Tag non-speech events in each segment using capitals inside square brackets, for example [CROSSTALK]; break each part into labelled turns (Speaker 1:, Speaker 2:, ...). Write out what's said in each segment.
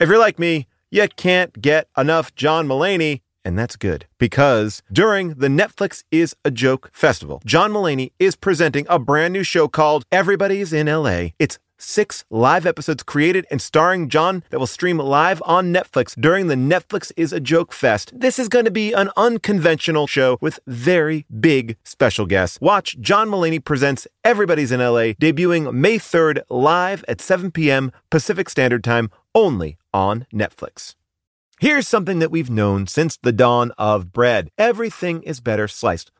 Speaker 1: If you're like me, you can't get enough John Mullaney. And that's good because during the Netflix is a Joke Festival, John Mullaney is presenting a brand new show called Everybody's in LA. It's six live episodes created and starring John that will stream live on Netflix during the Netflix is a Joke Fest. This is going to be an unconventional show with very big special guests. Watch John Mullaney Presents Everybody's in LA, debuting May 3rd live at 7 p.m. Pacific Standard Time only on Netflix. Here's something that we've known since the dawn of bread. Everything is better sliced.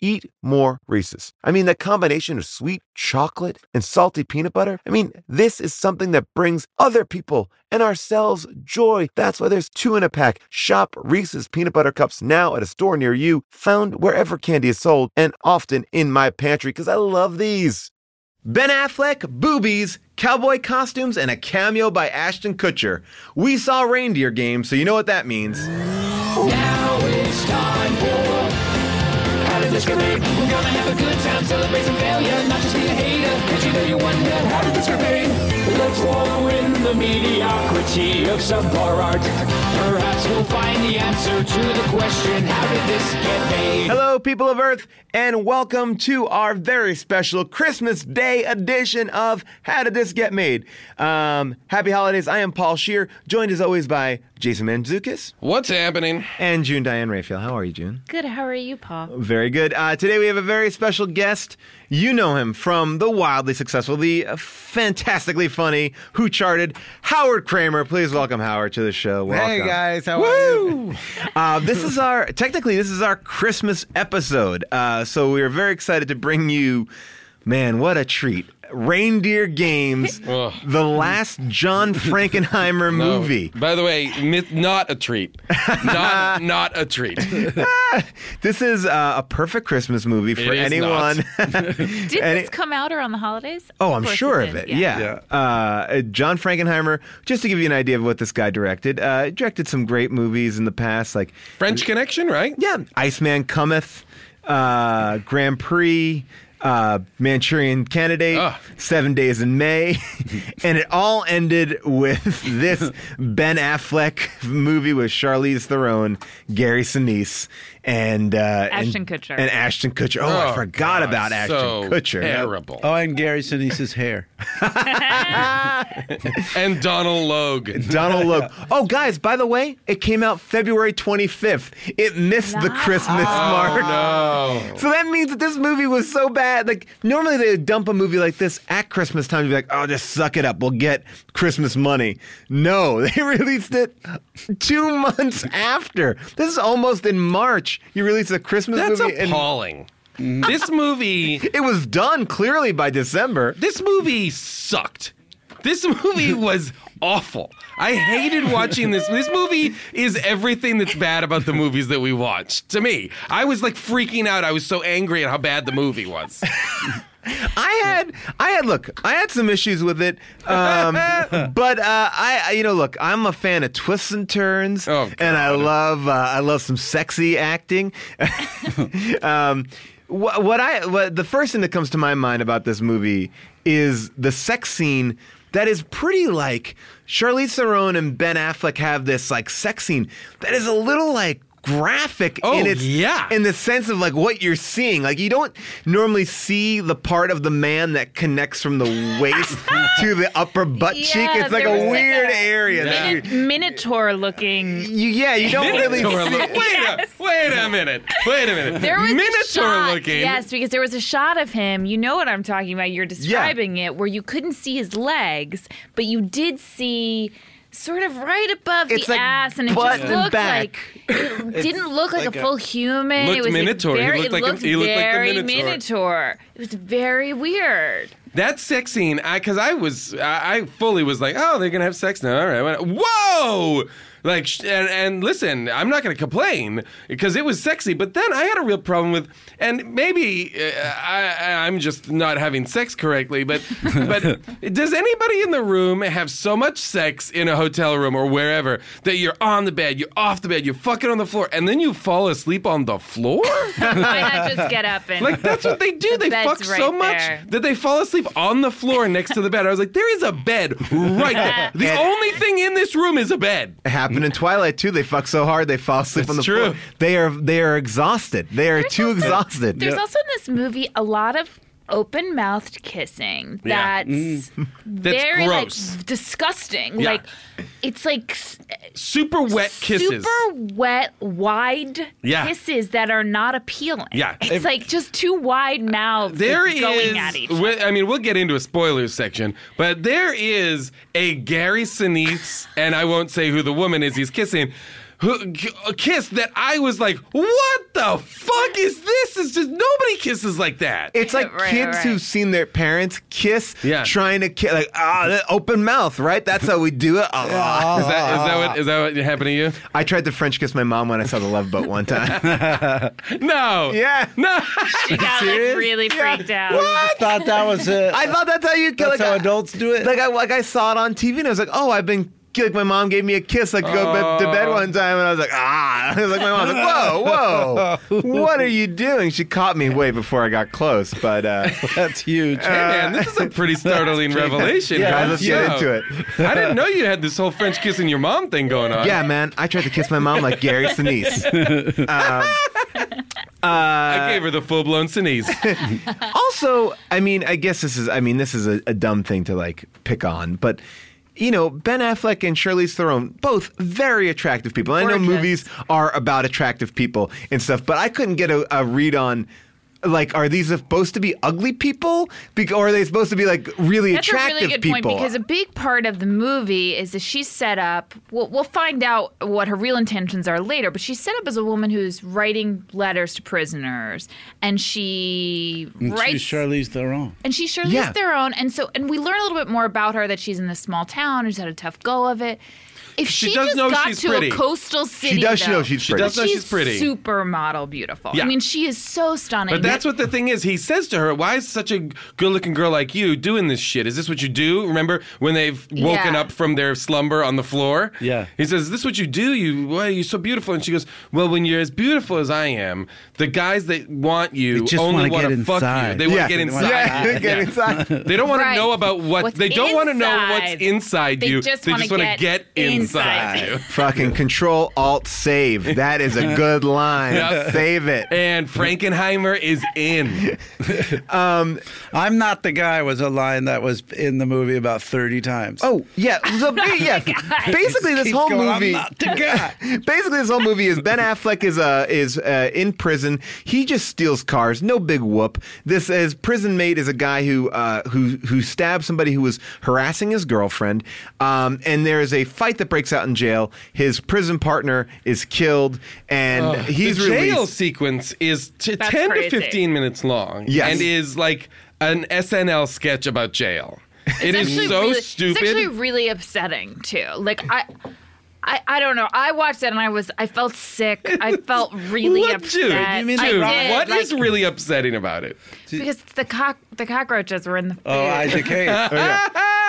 Speaker 1: eat more Reese's. I mean, that combination of sweet chocolate and salty peanut butter. I mean, this is something that brings other people and ourselves joy. That's why there's two in a pack. Shop Reese's peanut butter cups now at a store near you, found wherever candy is sold, and often in my pantry because I love these. Ben Affleck, boobies, cowboy costumes, and a cameo by Ashton Kutcher. We saw reindeer game, so you know what that means.
Speaker 2: Now it's time for How did this get made? We're gonna have a good time, celebrate some failure, not just be a hater. Cause you know you wonder, how did this get made? Let's wallow in the mediocrity of subpar art. Perhaps we'll find the answer to the question, how did this get made?
Speaker 1: Hello, people of Earth, and welcome to our very special Christmas Day edition of How Did This Get Made? Um, happy holidays. I am Paul Shear, joined as always by Jason Manzukis
Speaker 3: What's happening?
Speaker 1: and June Diane Raphael. How are you, June?
Speaker 4: Good. How are you, Paul?
Speaker 1: Very good. Uh, today we have a very special guest. You know him from the wildly successful, the fantastically funny, who charted Howard Kramer. Please welcome Howard to the show. Welcome.
Speaker 5: Hey guys, how are you?
Speaker 1: Woo! uh, this is our technically this is our Christmas episode, uh, so we are very excited to bring you. Man, what a treat! Reindeer Games,
Speaker 3: [LAUGHS] Ugh.
Speaker 1: the last John
Speaker 3: [LAUGHS]
Speaker 1: Frankenheimer
Speaker 3: Oh,
Speaker 1: movie.
Speaker 3: by the way, myth, not
Speaker 1: [LAUGHS]
Speaker 3: a treat. Not not a treat.
Speaker 1: This is uh, a perfect Christmas movie for
Speaker 3: is
Speaker 1: anyone.
Speaker 4: Did
Speaker 1: Any-
Speaker 4: this come out around the holidays?
Speaker 1: Oh,
Speaker 4: Of
Speaker 1: I'm
Speaker 4: course
Speaker 1: sure of
Speaker 4: did,
Speaker 1: it. Yeah. Uh, John Frankenheimer, just to give you an idea of what this guy directed, uh, directed some great movies in the past, like,
Speaker 3: French Connection, right?
Speaker 1: yeah, Iceman Cometh, uh, Grand Prix, uh, Manchurian Candidate,
Speaker 3: Ugh.
Speaker 1: Seven Days in May. [LAUGHS] and it all ended with [LAUGHS] this Ben Affleck movie with Charlize Theron, Gary Sinise, and, uh, and-
Speaker 4: Ashton Kutcher.
Speaker 1: And Ashton Kutcher. Oh, I
Speaker 3: Oh,
Speaker 1: forgot
Speaker 3: God,
Speaker 1: about Ashton
Speaker 3: so
Speaker 1: Kutcher.
Speaker 3: Terrible.
Speaker 5: Oh, and Gary Sinise's hair.
Speaker 3: And Donald Logue.
Speaker 1: Donald Logue. Oh, guys, by the way, it came out February 25th. It missed the
Speaker 4: Nice.
Speaker 1: Christmas mark.
Speaker 3: No.
Speaker 1: [LAUGHS] So that means that this movie was so bad. Like, normally they would dump a movie like this at Christmas time and be like, oh, just suck it up. We'll get Christmas money. No, [LAUGHS] they released it two months after. This is almost in March. You release a Christmas
Speaker 3: That's
Speaker 1: movie. and
Speaker 3: appalling. This movie
Speaker 1: it was done clearly by December.
Speaker 3: this movie sucked. This
Speaker 1: [LAUGHS]
Speaker 3: movie was awful. I hated watching this. This movie is everything that's bad about the movies that we watched. To me, I was like freaking out. I was so angry at how bad the movie was.
Speaker 1: I had, I had. Look, I had some issues with it, um, but uh, I, I- you know, look, I'm a fan of twists and turns,
Speaker 3: Oh,
Speaker 1: and I love, uh, I love some sexy acting. um, what, what I, what, the first thing that comes to my mind about this movie is the sex scene that is pretty like Charlize Theron and Ben Affleck have this like sex scene that is a little like graphic
Speaker 3: Oh,
Speaker 1: in its
Speaker 3: yeah.
Speaker 1: in the sense of like what you're seeing. Like you don't normally see the part of the man that connects from the
Speaker 4: [LAUGHS]
Speaker 1: waist to the upper butt
Speaker 4: Yeah,
Speaker 1: cheek. It's like
Speaker 4: there was
Speaker 1: a
Speaker 4: like
Speaker 1: weird
Speaker 4: a
Speaker 1: area. that
Speaker 4: Minot- Minotaur looking.
Speaker 1: you, yeah, you don't really
Speaker 3: Minotaur
Speaker 1: see.
Speaker 3: look. Wait
Speaker 4: Yes.
Speaker 3: a wait a minute. Wait a minute.
Speaker 4: There was
Speaker 3: Minotaur
Speaker 4: a shot,
Speaker 3: looking.
Speaker 4: Yes, because there was a shot of him. You know what I'm talking about. You're describing it where you couldn't see his legs, but you did see sort of right above
Speaker 1: It's
Speaker 4: the
Speaker 1: like
Speaker 4: ass, and it
Speaker 1: butt
Speaker 4: just
Speaker 1: and
Speaker 4: looked
Speaker 1: back.
Speaker 4: like it didn't look like,
Speaker 5: like
Speaker 4: a
Speaker 5: a-
Speaker 4: full human.
Speaker 3: Looked
Speaker 4: it was
Speaker 3: Minotaur. He
Speaker 4: Very,
Speaker 3: looked
Speaker 4: it
Speaker 3: like a-
Speaker 4: looked
Speaker 3: he looked like the
Speaker 4: very
Speaker 3: Minotaur.
Speaker 4: Minotaur. It was very
Speaker 1: [LAUGHS]
Speaker 4: weird.
Speaker 3: That sex scene, I because I was, I, I fully was like, oh, they're gonna have sex now. All right, what- whoa! Like, sh- and, and listen, I'm not gonna complain because it was sexy. But then I had a real problem with, and maybe uh, I, I'm just not having sex correctly. But, but does anybody in the room have so much sex in a hotel room or wherever that you're on the bed, you're off the bed, you're fucking on the floor, and then you fall asleep on the floor?
Speaker 4: Why not just get up and
Speaker 3: Like that's what they do. they
Speaker 4: bed's
Speaker 3: fuck so
Speaker 4: right
Speaker 3: much
Speaker 4: there.
Speaker 3: that they fall asleep on the floor next to the bed. I was like, there is a bed right there.
Speaker 4: [LAUGHS]
Speaker 3: The only thing in this room is a bed.
Speaker 1: It happened in Twilight too. They fuck so hard they fall asleep on the
Speaker 3: That's
Speaker 1: floor.
Speaker 3: true.
Speaker 1: They are they are exhausted. They are too
Speaker 4: also-
Speaker 1: exhausted.
Speaker 4: There's also in this movie a lot of open mouthed kissing
Speaker 3: Yeah.
Speaker 4: that's [LAUGHS] very
Speaker 3: gross.
Speaker 4: like disgusting.
Speaker 3: Yeah.
Speaker 4: Like it's like s-
Speaker 3: Super wet kisses.
Speaker 4: super wet, wide
Speaker 3: Yeah.
Speaker 4: kisses that are not appealing.
Speaker 3: Yeah.
Speaker 4: It's
Speaker 3: If-
Speaker 4: like just two wide mouths
Speaker 3: There is.
Speaker 4: going at
Speaker 3: [LAUGHS]
Speaker 4: each other.
Speaker 3: we- I mean, we'll get into a spoilers section, but there is a Gary Sinise, and I won't say who the woman is he's kissing. Who, a kiss that I was like, what the fuck is this? It's just nobody kisses like that.
Speaker 1: It's like
Speaker 4: Right,
Speaker 1: kids
Speaker 4: right.
Speaker 1: who've seen their parents kiss,
Speaker 3: Yeah.
Speaker 1: trying to kiss, like ah, that open mouth, right? That's how we do it. Ah.
Speaker 3: Is that, is that what is that what happened to you?
Speaker 1: I tried to French kiss my mom when I saw the Love Boat one time.
Speaker 3: No.
Speaker 1: [LAUGHS] yeah,
Speaker 3: No.
Speaker 4: She got like
Speaker 1: serious?
Speaker 4: really freaked out.
Speaker 5: I thought that was it.
Speaker 1: I thought that's how you like
Speaker 5: That's how
Speaker 1: I-
Speaker 5: adults do it.
Speaker 1: Like I like I saw it on TV and I was like, oh, I've been. Like my mom gave me a kiss, like go be- to bed one time, and I was like, ah, [LAUGHS] I was like my mom, was like, whoa, whoa, what are you doing? She caught me way before I got close, but uh,
Speaker 5: [LAUGHS] That's huge.
Speaker 3: Hey man, this is a pretty startling revelation,
Speaker 5: Yeah,
Speaker 3: guys.
Speaker 1: let's get into it.
Speaker 3: [LAUGHS] I didn't know you had this whole French kissing your mom thing going on.
Speaker 1: yeah, man, I tried to kiss my mom like Gary Sinise.
Speaker 3: I gave her the full blown sneeze.
Speaker 1: also, I mean, I guess this is I mean, this is a, a dumb thing to like pick on, but you know, Ben Affleck and Charlize Theron, both very attractive people. I know
Speaker 4: Gorgeous.
Speaker 1: movies are about attractive people and stuff, but I couldn't get a, a read on like, are these supposed to be ugly people, Bec- or are they supposed to be like really
Speaker 4: That's a
Speaker 1: attractive
Speaker 4: really good
Speaker 1: people?
Speaker 4: point because a big part of the movie is that she's set up. We'll, we'll find out what her real intentions are later, but she's set up as a woman who's writing letters to prisoners, and she writes
Speaker 5: She's Charlize Theron.
Speaker 4: and she sure
Speaker 1: Yeah.
Speaker 4: lives their own. And so, and we learn a little bit more about her that she's in this small town and she's had a tough go of it. If
Speaker 3: She
Speaker 4: she,
Speaker 3: does
Speaker 4: just
Speaker 3: know
Speaker 4: got
Speaker 3: she's
Speaker 4: to
Speaker 3: pretty.
Speaker 4: a coastal city,
Speaker 1: she does
Speaker 4: though,
Speaker 1: know she's
Speaker 3: She
Speaker 1: pretty.
Speaker 3: does know- she's pretty.
Speaker 4: supermodel beautiful.
Speaker 3: Yeah.
Speaker 4: I mean, she is so stunning.
Speaker 3: But that's what the thing is. He says to her, Why is such a good looking girl like you doing this shit? Is this what you do? Remember when they've woken
Speaker 4: Yeah.
Speaker 3: up from their slumber on the floor?
Speaker 5: Yeah.
Speaker 3: He says, Is this what you do? You why are you so beautiful? And she goes, Well, when you're as beautiful as I am, the guys that want you
Speaker 5: They just
Speaker 3: only
Speaker 5: wanna
Speaker 3: want to
Speaker 5: get
Speaker 3: fuck you.
Speaker 5: inside.
Speaker 3: They want
Speaker 1: yeah,
Speaker 3: to get inside.
Speaker 1: Yeah, [LAUGHS] get inside.
Speaker 3: [LAUGHS] They don't want
Speaker 4: Right.
Speaker 3: to know about what
Speaker 4: What's
Speaker 3: they don't want to know
Speaker 4: inside.
Speaker 3: what's inside
Speaker 4: They
Speaker 3: you.
Speaker 4: just
Speaker 3: they
Speaker 4: wanna
Speaker 3: just want to
Speaker 4: get
Speaker 3: get inside,
Speaker 4: inside.
Speaker 3: you.
Speaker 1: Fucking control alt save. That is a good line.
Speaker 3: Yep.
Speaker 1: Save it.
Speaker 3: And Frankenheimer is in. [LAUGHS]
Speaker 5: I'm not the guy was a line that was in the movie about 30 times.
Speaker 1: Oh yeah, so ba- yeah. Basically, this
Speaker 5: Keeps
Speaker 1: whole
Speaker 5: going,
Speaker 1: movie.
Speaker 5: I'm not the guy.
Speaker 1: [LAUGHS] Basically, this whole movie is Ben Affleck is uh, is uh, in prison. He just steals cars, no big whoop. This is prison mate is a guy who uh, who who stabbed somebody who was harassing his girlfriend, um, and there is a fight that breaks out in jail. His prison partner is killed, and he's
Speaker 3: the jail
Speaker 1: released.
Speaker 3: sequence is t-
Speaker 4: That's
Speaker 3: 10
Speaker 4: crazy.
Speaker 3: to 15 minutes long
Speaker 1: Yes.
Speaker 3: and is like an SNL sketch about jail. It is
Speaker 4: It's actually
Speaker 3: so
Speaker 4: really,
Speaker 3: stupid.
Speaker 4: It's actually really upsetting too. Like I. I, I don't know. I watched that and I was I felt sick.
Speaker 3: [LAUGHS]
Speaker 4: I felt really
Speaker 3: What,
Speaker 4: upset.
Speaker 3: dude?
Speaker 4: I
Speaker 5: You mean
Speaker 4: did,
Speaker 3: Dude,
Speaker 5: Right.
Speaker 3: what is
Speaker 4: like,
Speaker 3: really upsetting about it?
Speaker 4: because the cock the cockroaches were in the food.
Speaker 5: Oh, Isaac Hayes.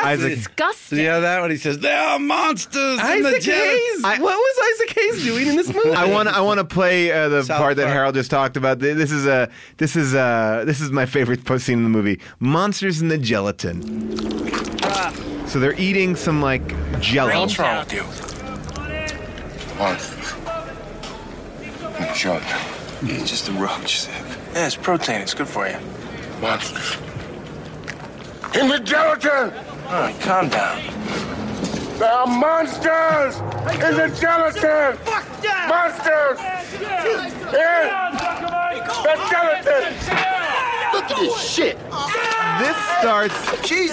Speaker 1: Isaac,
Speaker 4: Disgusting.
Speaker 5: Yeah, that one. He says, there are monsters in the
Speaker 3: Isaac
Speaker 5: jail.
Speaker 3: Hayes.
Speaker 1: I-
Speaker 3: what was Isaac Hayes doing in this [LAUGHS] movie?
Speaker 5: [LAUGHS]
Speaker 1: I want to I want to play uh, the
Speaker 5: South
Speaker 1: part that
Speaker 5: Park.
Speaker 1: Harold just talked about. Th- This is a this is a this is my favorite post scene in the movie. Monsters in the gelatin. So they're eating some like jelly.
Speaker 6: What's wrong with you? Monsters. No joke. It's just a roach sip. Yeah, it's protein. It's good for you. Monsters. In the gelatin! All right, calm down. There are monsters in the gelatin! Monsters! In the gelatin!
Speaker 7: Look at this shit.
Speaker 1: This starts.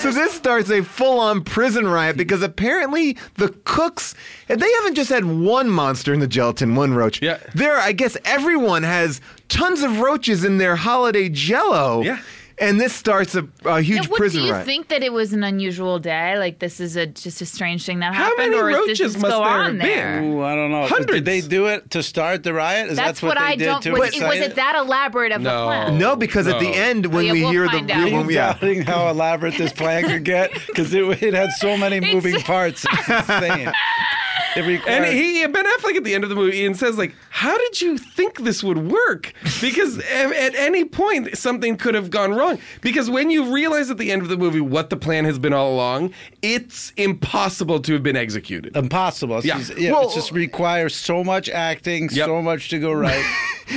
Speaker 1: So this starts a full-on prison riot because apparently the cooks and they haven't just had one monster in the gelatin, one roach.
Speaker 3: Yeah.
Speaker 1: There, I guess everyone has tons of roaches in their holiday jello.
Speaker 3: Yeah.
Speaker 1: And this starts a, a huge
Speaker 4: what
Speaker 1: prison
Speaker 4: do you
Speaker 1: riot.
Speaker 4: think that it was an unusual day? Like this is a just a strange thing that
Speaker 3: How
Speaker 4: happened,
Speaker 3: many
Speaker 4: or is this
Speaker 3: roaches
Speaker 4: just
Speaker 3: must
Speaker 4: go
Speaker 3: there
Speaker 4: on
Speaker 3: have been?
Speaker 4: there?
Speaker 5: Ooh, I don't know.
Speaker 3: Hundreds.
Speaker 5: Did they do it to start the riot? Is
Speaker 4: That's
Speaker 5: that what,
Speaker 4: what
Speaker 5: they
Speaker 4: I
Speaker 5: did
Speaker 4: don't.
Speaker 5: to
Speaker 4: Was, it
Speaker 5: incite
Speaker 4: was it that elaborate of
Speaker 3: No.
Speaker 4: a plan?
Speaker 1: No, because at the
Speaker 3: No.
Speaker 1: end when
Speaker 4: Oh, yeah,
Speaker 1: we
Speaker 4: we'll
Speaker 1: hear the
Speaker 4: find out.
Speaker 5: Are
Speaker 1: when
Speaker 5: you
Speaker 1: we, yeah.
Speaker 5: doubting how elaborate this plan could get? Because it, it had so many moving parts. It's insane. It
Speaker 3: And
Speaker 5: required,
Speaker 3: he Ben Affleck at the end of the movie and says like, "How did you think this would work?" Because at, at any point something could have gone wrong. Because when you realize at the end of the movie what the plan has been all along, it's impossible to have been executed.
Speaker 5: Uh, impossible. It's
Speaker 3: Yeah.
Speaker 5: just, yeah,
Speaker 1: Well-
Speaker 5: it just requires so much acting,
Speaker 3: Yep.
Speaker 5: so much to
Speaker 3: [LAUGHS]
Speaker 5: go right.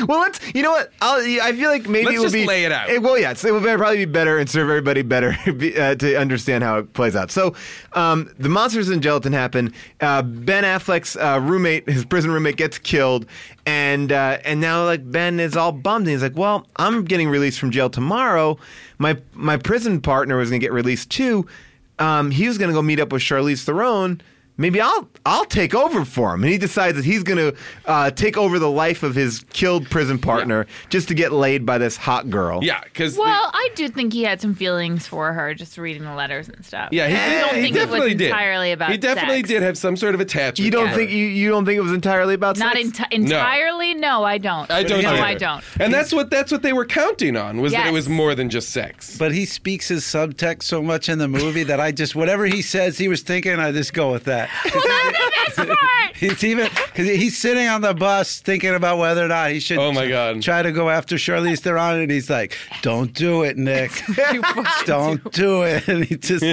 Speaker 1: Well, let's. You know what? I'll, I feel like maybe
Speaker 3: Let's
Speaker 1: it would
Speaker 3: just
Speaker 1: be
Speaker 3: lay it out.
Speaker 1: well, yeah, it's- it will probably be better and serve everybody better [LAUGHS] be- uh, to understand how it plays out. So, um, the monsters in gelatin happen. Uh, ben Affleck's uh, roommate, his prison roommate, gets killed, and uh, and now like Ben is all bummed. And he's like, "Well, I'm getting released from jail tomorrow. My my prison partner was going to get released too. Um, he was going to go meet up with Charlize Theron." Maybe I'll I'll take over for him, and he decides that he's going to uh, take over the life of his killed prison partner just to get laid by this hot girl.
Speaker 3: Yeah, because
Speaker 4: Well, I do think he had some feelings for her, just reading the letters and stuff.
Speaker 3: yeah, he,
Speaker 4: I
Speaker 3: did-
Speaker 4: don't
Speaker 3: he
Speaker 4: think
Speaker 3: definitely
Speaker 4: it was
Speaker 3: did.
Speaker 4: entirely about.
Speaker 3: he definitely
Speaker 4: sex.
Speaker 3: did have some sort of attachment.
Speaker 1: You don't
Speaker 3: to her.
Speaker 1: think you, you don't think it was entirely about
Speaker 4: Not
Speaker 1: sex?
Speaker 4: enti- entirely. No. I don't.
Speaker 3: I don't.
Speaker 4: No,
Speaker 3: either. [LAUGHS]
Speaker 4: I don't.
Speaker 3: And that's what that's what they were counting on was that it
Speaker 4: Yes.
Speaker 3: was more than just sex.
Speaker 5: but he speaks his subtext so much in the movie that I just, whatever he says, he was thinking, I just go
Speaker 3: [LAUGHS]
Speaker 5: with that.
Speaker 4: That's the best part.
Speaker 5: He's even because he's sitting on the bus thinking about whether or not he should.
Speaker 3: Oh, my God.
Speaker 5: Try to go after Charlize Theron, and he's like, "Don't do
Speaker 1: [LAUGHS]
Speaker 5: it, Nick. Don't do it." And
Speaker 3: [LAUGHS]
Speaker 5: he just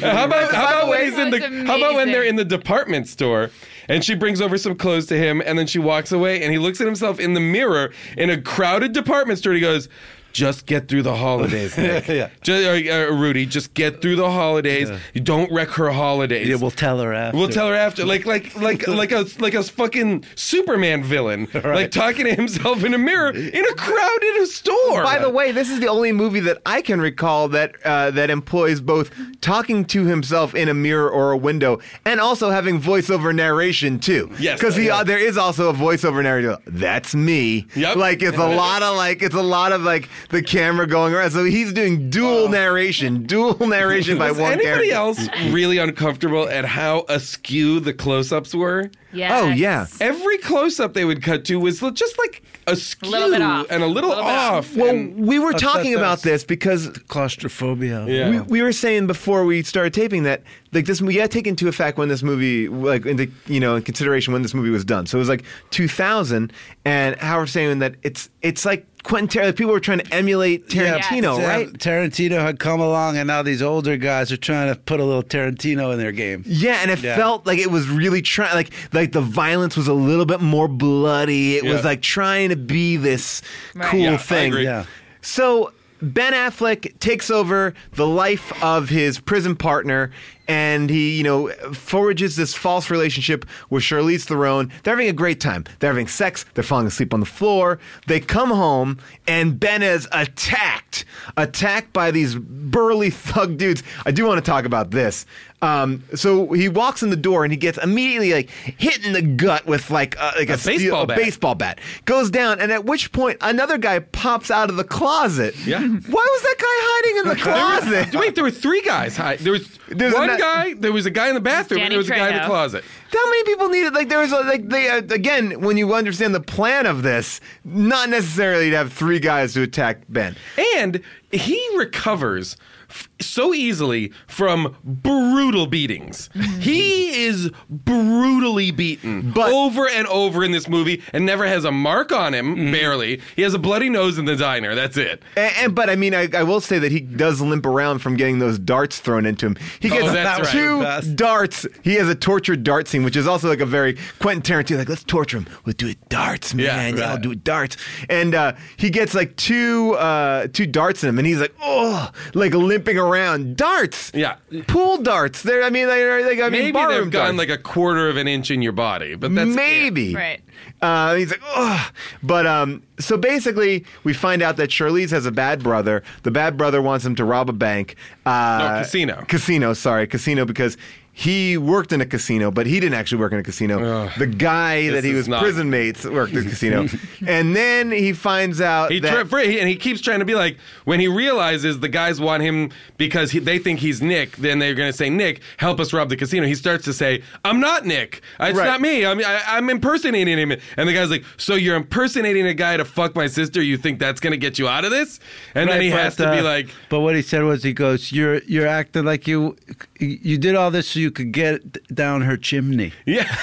Speaker 3: How about how about when
Speaker 4: way,
Speaker 3: he's in the
Speaker 4: that was
Speaker 3: how about when
Speaker 4: amazing.
Speaker 3: they're in the department store and she brings over some clothes to him and then she walks away and he looks at himself in the mirror in a crowded department store and he goes just get through the
Speaker 5: [LAUGHS]
Speaker 3: holidays, Nick.
Speaker 5: Yeah.
Speaker 3: Ju- uh, uh, Rudy, just get through the holidays. You don't wreck her holidays.
Speaker 5: yeah, we'll tell her after.
Speaker 3: We'll tell her after, like, like,
Speaker 5: [LAUGHS]
Speaker 3: like, like a, like a fucking Superman villain, like talking to himself in a mirror in a crowded store.
Speaker 1: By the way, this is the only movie that I can recall that uh, that employs both talking to himself in a mirror or a window, and also having voiceover narration too.
Speaker 3: Yes.
Speaker 1: because
Speaker 3: Yeah.
Speaker 1: there is also a voiceover narrator. That's me.
Speaker 3: Yep.
Speaker 1: Like it's a lot of like it's a lot of like the camera going around. So he's doing dual narration, dual [LAUGHS] narration by
Speaker 3: was
Speaker 1: one
Speaker 3: anybody
Speaker 1: character.
Speaker 3: else really uncomfortable at how askew the close-ups were?
Speaker 4: Yes.
Speaker 1: Oh yeah.
Speaker 3: Every close-up they would cut to was just like askew
Speaker 4: little bit off.
Speaker 3: and a little,
Speaker 4: Little bit
Speaker 3: off.
Speaker 4: off.
Speaker 1: Well,
Speaker 3: and-
Speaker 1: we were talking
Speaker 5: that-
Speaker 1: about this because
Speaker 5: claustrophobia.
Speaker 3: yeah.
Speaker 1: We, we were saying before we started taping that like this we gotta take into effect when this movie like into you know in consideration when this movie was done. So it was like 2000, and Howard saying that it's it's like Quentin Tarantino. People were trying to emulate
Speaker 5: Yeah, uh,
Speaker 1: Tarantino,
Speaker 5: Sam-
Speaker 1: right?
Speaker 5: Tarantino had come along, and now these older guys are trying to put a little Tarantino in their game.
Speaker 1: Yeah, and it
Speaker 5: Yeah.
Speaker 1: felt like it was really trying. Like like the violence was a little bit more bloody. It
Speaker 3: Yeah.
Speaker 1: was like trying to be this
Speaker 4: Right.
Speaker 1: cool
Speaker 4: Yeah, I
Speaker 1: thing.
Speaker 3: agree.
Speaker 5: Yeah.
Speaker 1: So Ben Affleck takes over the life of his prison partner, and he, you know, forages this false relationship with Charlize Theron. They're having a great time. They're having sex. They're falling asleep on the floor. They come home, and Ben is attacked, attacked by these burly thug dudes. I do want to talk about this. Um, so he walks in the door, and he gets immediately like hit in the gut with like a, like a, steel-
Speaker 3: baseball
Speaker 1: a
Speaker 3: bat.
Speaker 1: baseball baseball bat goes down, and at which point another guy pops out of the closet.
Speaker 3: Yeah.
Speaker 1: Why was that guy hiding
Speaker 3: [LAUGHS]
Speaker 1: in the closet?
Speaker 3: Wait, there were three guys. Hi, there was
Speaker 1: There's
Speaker 3: one
Speaker 1: ano-
Speaker 3: guy. There was a guy in the bathroom. and
Speaker 4: Danny
Speaker 3: there was a guy in the
Speaker 4: Trejo.
Speaker 3: closet.
Speaker 1: How many people needed? Like there was a, like they uh, again when you understand the plan of this, not necessarily to have three guys to attack Ben.
Speaker 3: And he recovers f- so easily from brutal beatings. he is brutally beaten
Speaker 1: Mm-hmm. But-
Speaker 3: over and over in this movie and never has a mark on him,
Speaker 1: Mm-hmm.
Speaker 3: barely. He has a bloody nose in the diner. That's it.
Speaker 1: And, and- but I mean, I, I will say that he does limp around from getting those darts thrown into him. He gets
Speaker 3: Oh, that's right.
Speaker 1: two
Speaker 5: Best.
Speaker 1: darts. He has a tortured dart scene, which is also like a very Quentin Tarantino. Like, let's torture him. We'll do it darts, man.
Speaker 3: Yeah,
Speaker 1: Yeah,
Speaker 3: right.
Speaker 1: I'll do it darts. And uh, he gets like two uh, two darts in him, and he's like, oh, like limping around. Darts.
Speaker 3: Yeah.
Speaker 1: Pool darts. They're. I mean, they're like. I
Speaker 3: Maybe
Speaker 1: mean, barroom
Speaker 3: they've gone
Speaker 1: darts.
Speaker 3: like a quarter of an inch in your body, but that's it.
Speaker 1: maybe
Speaker 4: Right.
Speaker 1: Uh, he's like, oh, but um. So basically, we find out that Charlize has a bad brother. The bad brother wants him to rob a bank. Uh,
Speaker 3: No, casino.
Speaker 1: Casino. Sorry, casino because. He worked in a casino, but he didn't actually work in a casino. the guy that he
Speaker 3: is
Speaker 1: was
Speaker 3: not-
Speaker 1: prison mates worked in a
Speaker 3: [LAUGHS]
Speaker 1: casino, and then he finds out
Speaker 3: He
Speaker 1: that
Speaker 3: tri- fr- he- and he keeps trying to be like when he realizes the guys want him because he, they think he's Nick. Then they're going to say Nick, help us rob the casino. He starts to say, "I'm not Nick. Uh, It's
Speaker 1: Right.
Speaker 3: not me. I'm I, I'm impersonating him." And the guy's like, "So you're impersonating a guy to fuck my sister? You think that's going to get you out of this?" And then he
Speaker 5: Right,
Speaker 3: has
Speaker 5: but,
Speaker 3: to be
Speaker 5: uh,
Speaker 3: like,
Speaker 5: But what he said was, he goes, "You're you're acting like you you did all this so you could get down her chimney."
Speaker 3: "Yeah."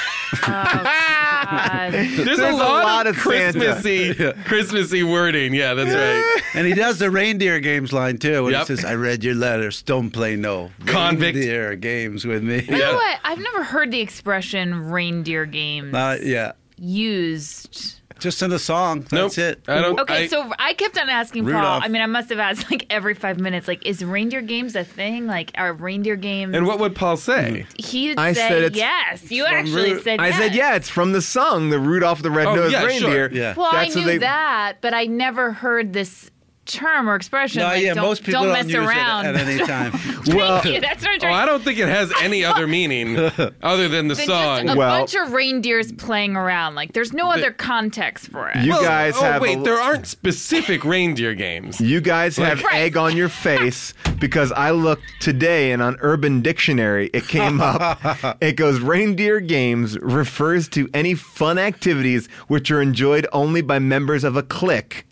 Speaker 4: Uh,
Speaker 3: There's,
Speaker 1: There's
Speaker 3: a, lot of,
Speaker 1: Santa.
Speaker 3: Christmassy, Christmassy wording. Yeah, that's right.
Speaker 5: And he
Speaker 3: [LAUGHS]
Speaker 5: does the reindeer games line too. When
Speaker 3: Yep.
Speaker 5: he says, "I read your letters. Don't play no
Speaker 3: Convict.
Speaker 5: reindeer games with me."
Speaker 4: you
Speaker 5: [LAUGHS]
Speaker 4: know
Speaker 3: Yeah.
Speaker 4: what? I've never heard the expression reindeer games
Speaker 5: Uh, yeah,
Speaker 4: used.
Speaker 5: just in a song.
Speaker 3: nope.
Speaker 5: That's it.
Speaker 3: I don't.
Speaker 4: Okay,
Speaker 3: I-
Speaker 4: so I kept on asking Paul.
Speaker 5: Rudolph.
Speaker 4: I mean, I must have asked like every five minutes, like, is reindeer games a thing? Like, are reindeer games?
Speaker 3: And what would Paul say?
Speaker 4: he
Speaker 1: I
Speaker 4: said,
Speaker 1: said it's
Speaker 4: yes. You actually
Speaker 5: Ru-
Speaker 4: said
Speaker 1: I
Speaker 4: yes.
Speaker 1: said, "Yeah, it's from the song, the Rudolph the
Speaker 3: Oh,
Speaker 1: Red-Nosed
Speaker 3: yeah, sure.
Speaker 1: Reindeer."
Speaker 5: Yeah.
Speaker 4: Well,
Speaker 1: That's
Speaker 4: I
Speaker 1: what
Speaker 4: knew
Speaker 1: they-
Speaker 4: that, but I never heard this term or expression.
Speaker 5: No,
Speaker 4: like,
Speaker 5: yeah,
Speaker 4: don't,
Speaker 5: most people
Speaker 4: don't
Speaker 5: don't,
Speaker 4: mess
Speaker 5: use
Speaker 4: around. [LAUGHS]
Speaker 5: it at any time.
Speaker 1: Well,
Speaker 4: Yeah, that's what I'm
Speaker 3: Oh,
Speaker 4: trying
Speaker 3: I don't think it has any other meaning other than the
Speaker 4: Then
Speaker 3: song.
Speaker 4: Just a
Speaker 1: Well-
Speaker 4: bunch of reindeers playing around. Like, there's no other context for it.
Speaker 1: You
Speaker 3: Well,
Speaker 1: guys
Speaker 3: oh,
Speaker 1: have a
Speaker 3: wait,
Speaker 1: l-
Speaker 3: there aren't specific reindeer
Speaker 1: [LAUGHS]
Speaker 3: games.
Speaker 1: You guys have
Speaker 4: Right.
Speaker 1: egg on your face because I looked today and on Urban Dictionary it came up. it goes reindeer games refers to any fun activities which are enjoyed only by members of a clique.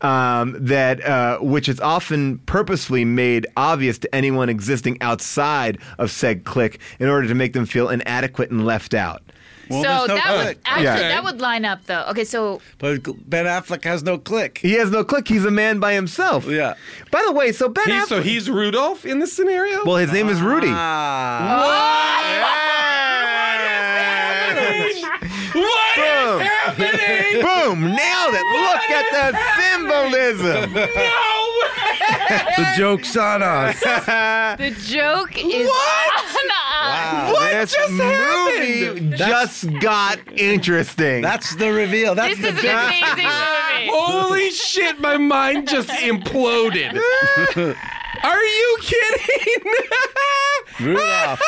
Speaker 1: Um, that uh, which is often purposefully made obvious to anyone existing outside of said clique in order to make them feel inadequate and left out.
Speaker 5: Well,
Speaker 4: so
Speaker 5: there's no
Speaker 4: that would
Speaker 5: click.
Speaker 4: actually
Speaker 1: Yeah.
Speaker 4: that would line up though. Okay, so
Speaker 5: But Ben Affleck has no click.
Speaker 1: He has no clique. He's a man by himself.
Speaker 5: Yeah.
Speaker 1: By the way, so Ben
Speaker 3: He-
Speaker 1: Affleck.
Speaker 3: so he's Rudolph in this scenario?
Speaker 1: well, his name is Rudy.
Speaker 5: Ah,
Speaker 3: [LAUGHS] what
Speaker 1: Boom. [LAUGHS]
Speaker 3: is happening?
Speaker 1: Boom! Nailed it! Look at the symbolism!
Speaker 5: the joke's on us.
Speaker 4: the joke is uh,
Speaker 5: Wow.
Speaker 1: what this
Speaker 3: just
Speaker 1: movie
Speaker 3: happened?
Speaker 1: just got interesting.
Speaker 5: That's the reveal. That's
Speaker 4: This
Speaker 5: the
Speaker 4: is an
Speaker 5: big-
Speaker 4: amazing movie.
Speaker 3: Holy shit, my mind just
Speaker 1: [LAUGHS]
Speaker 3: imploded. Are you kidding?
Speaker 5: Rudolph.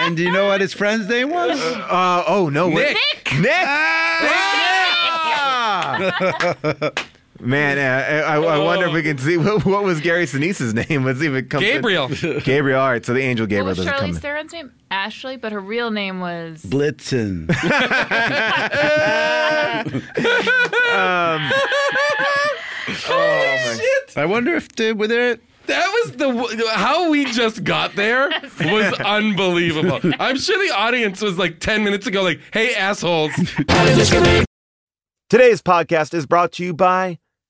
Speaker 5: and do you know what his friend's name was?
Speaker 1: Uh, oh no! wait.
Speaker 3: Nick.
Speaker 1: Nick! Ah! [LAUGHS] Man, uh, I, I wonder if we can see [LAUGHS] what, what was Gary Sinise's name. Let's see if it comes. in.
Speaker 3: Gabriel.
Speaker 1: Gabriel. All right, so the angel
Speaker 4: What
Speaker 1: Gabriel
Speaker 4: was
Speaker 1: doesn't come. in.
Speaker 4: Charlize Theron's name? Ashley, but her real name was
Speaker 5: Blitzen.
Speaker 1: Oh,
Speaker 3: Holy shit.
Speaker 5: I wonder if they were there.
Speaker 3: That was the w- how we just got there was unbelievable. I'm sure the audience was like 10 minutes ago like, "Hey assholes,
Speaker 1: Today's podcast is brought to you by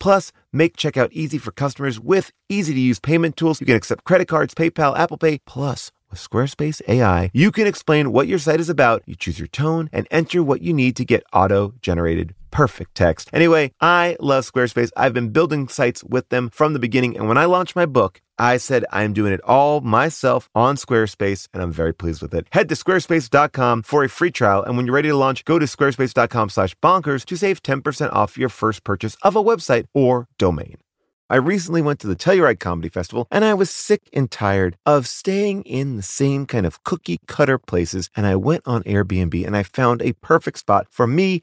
Speaker 1: Plus, make checkout easy for customers with easy to use payment tools. You can accept credit cards, PayPal, Apple Pay. Plus, with Squarespace AI, you can explain what your site is about, you choose your tone, and enter what you need to get auto generated perfect text. Anyway, I love Squarespace. I've been building sites with them from the beginning. And when I launched my book, I said I am doing it all myself on Squarespace, and I'm very pleased with it. Head to squarespace.com for a free trial, and when you're ready to launch, go to squarespace.com/bonkers to save 10% off your first purchase of a website or domain.
Speaker 8: I recently went to the Telluride Comedy Festival and I was sick and tired of staying in the same kind of cookie cutter places. And I went on Airbnb and I found a perfect spot for me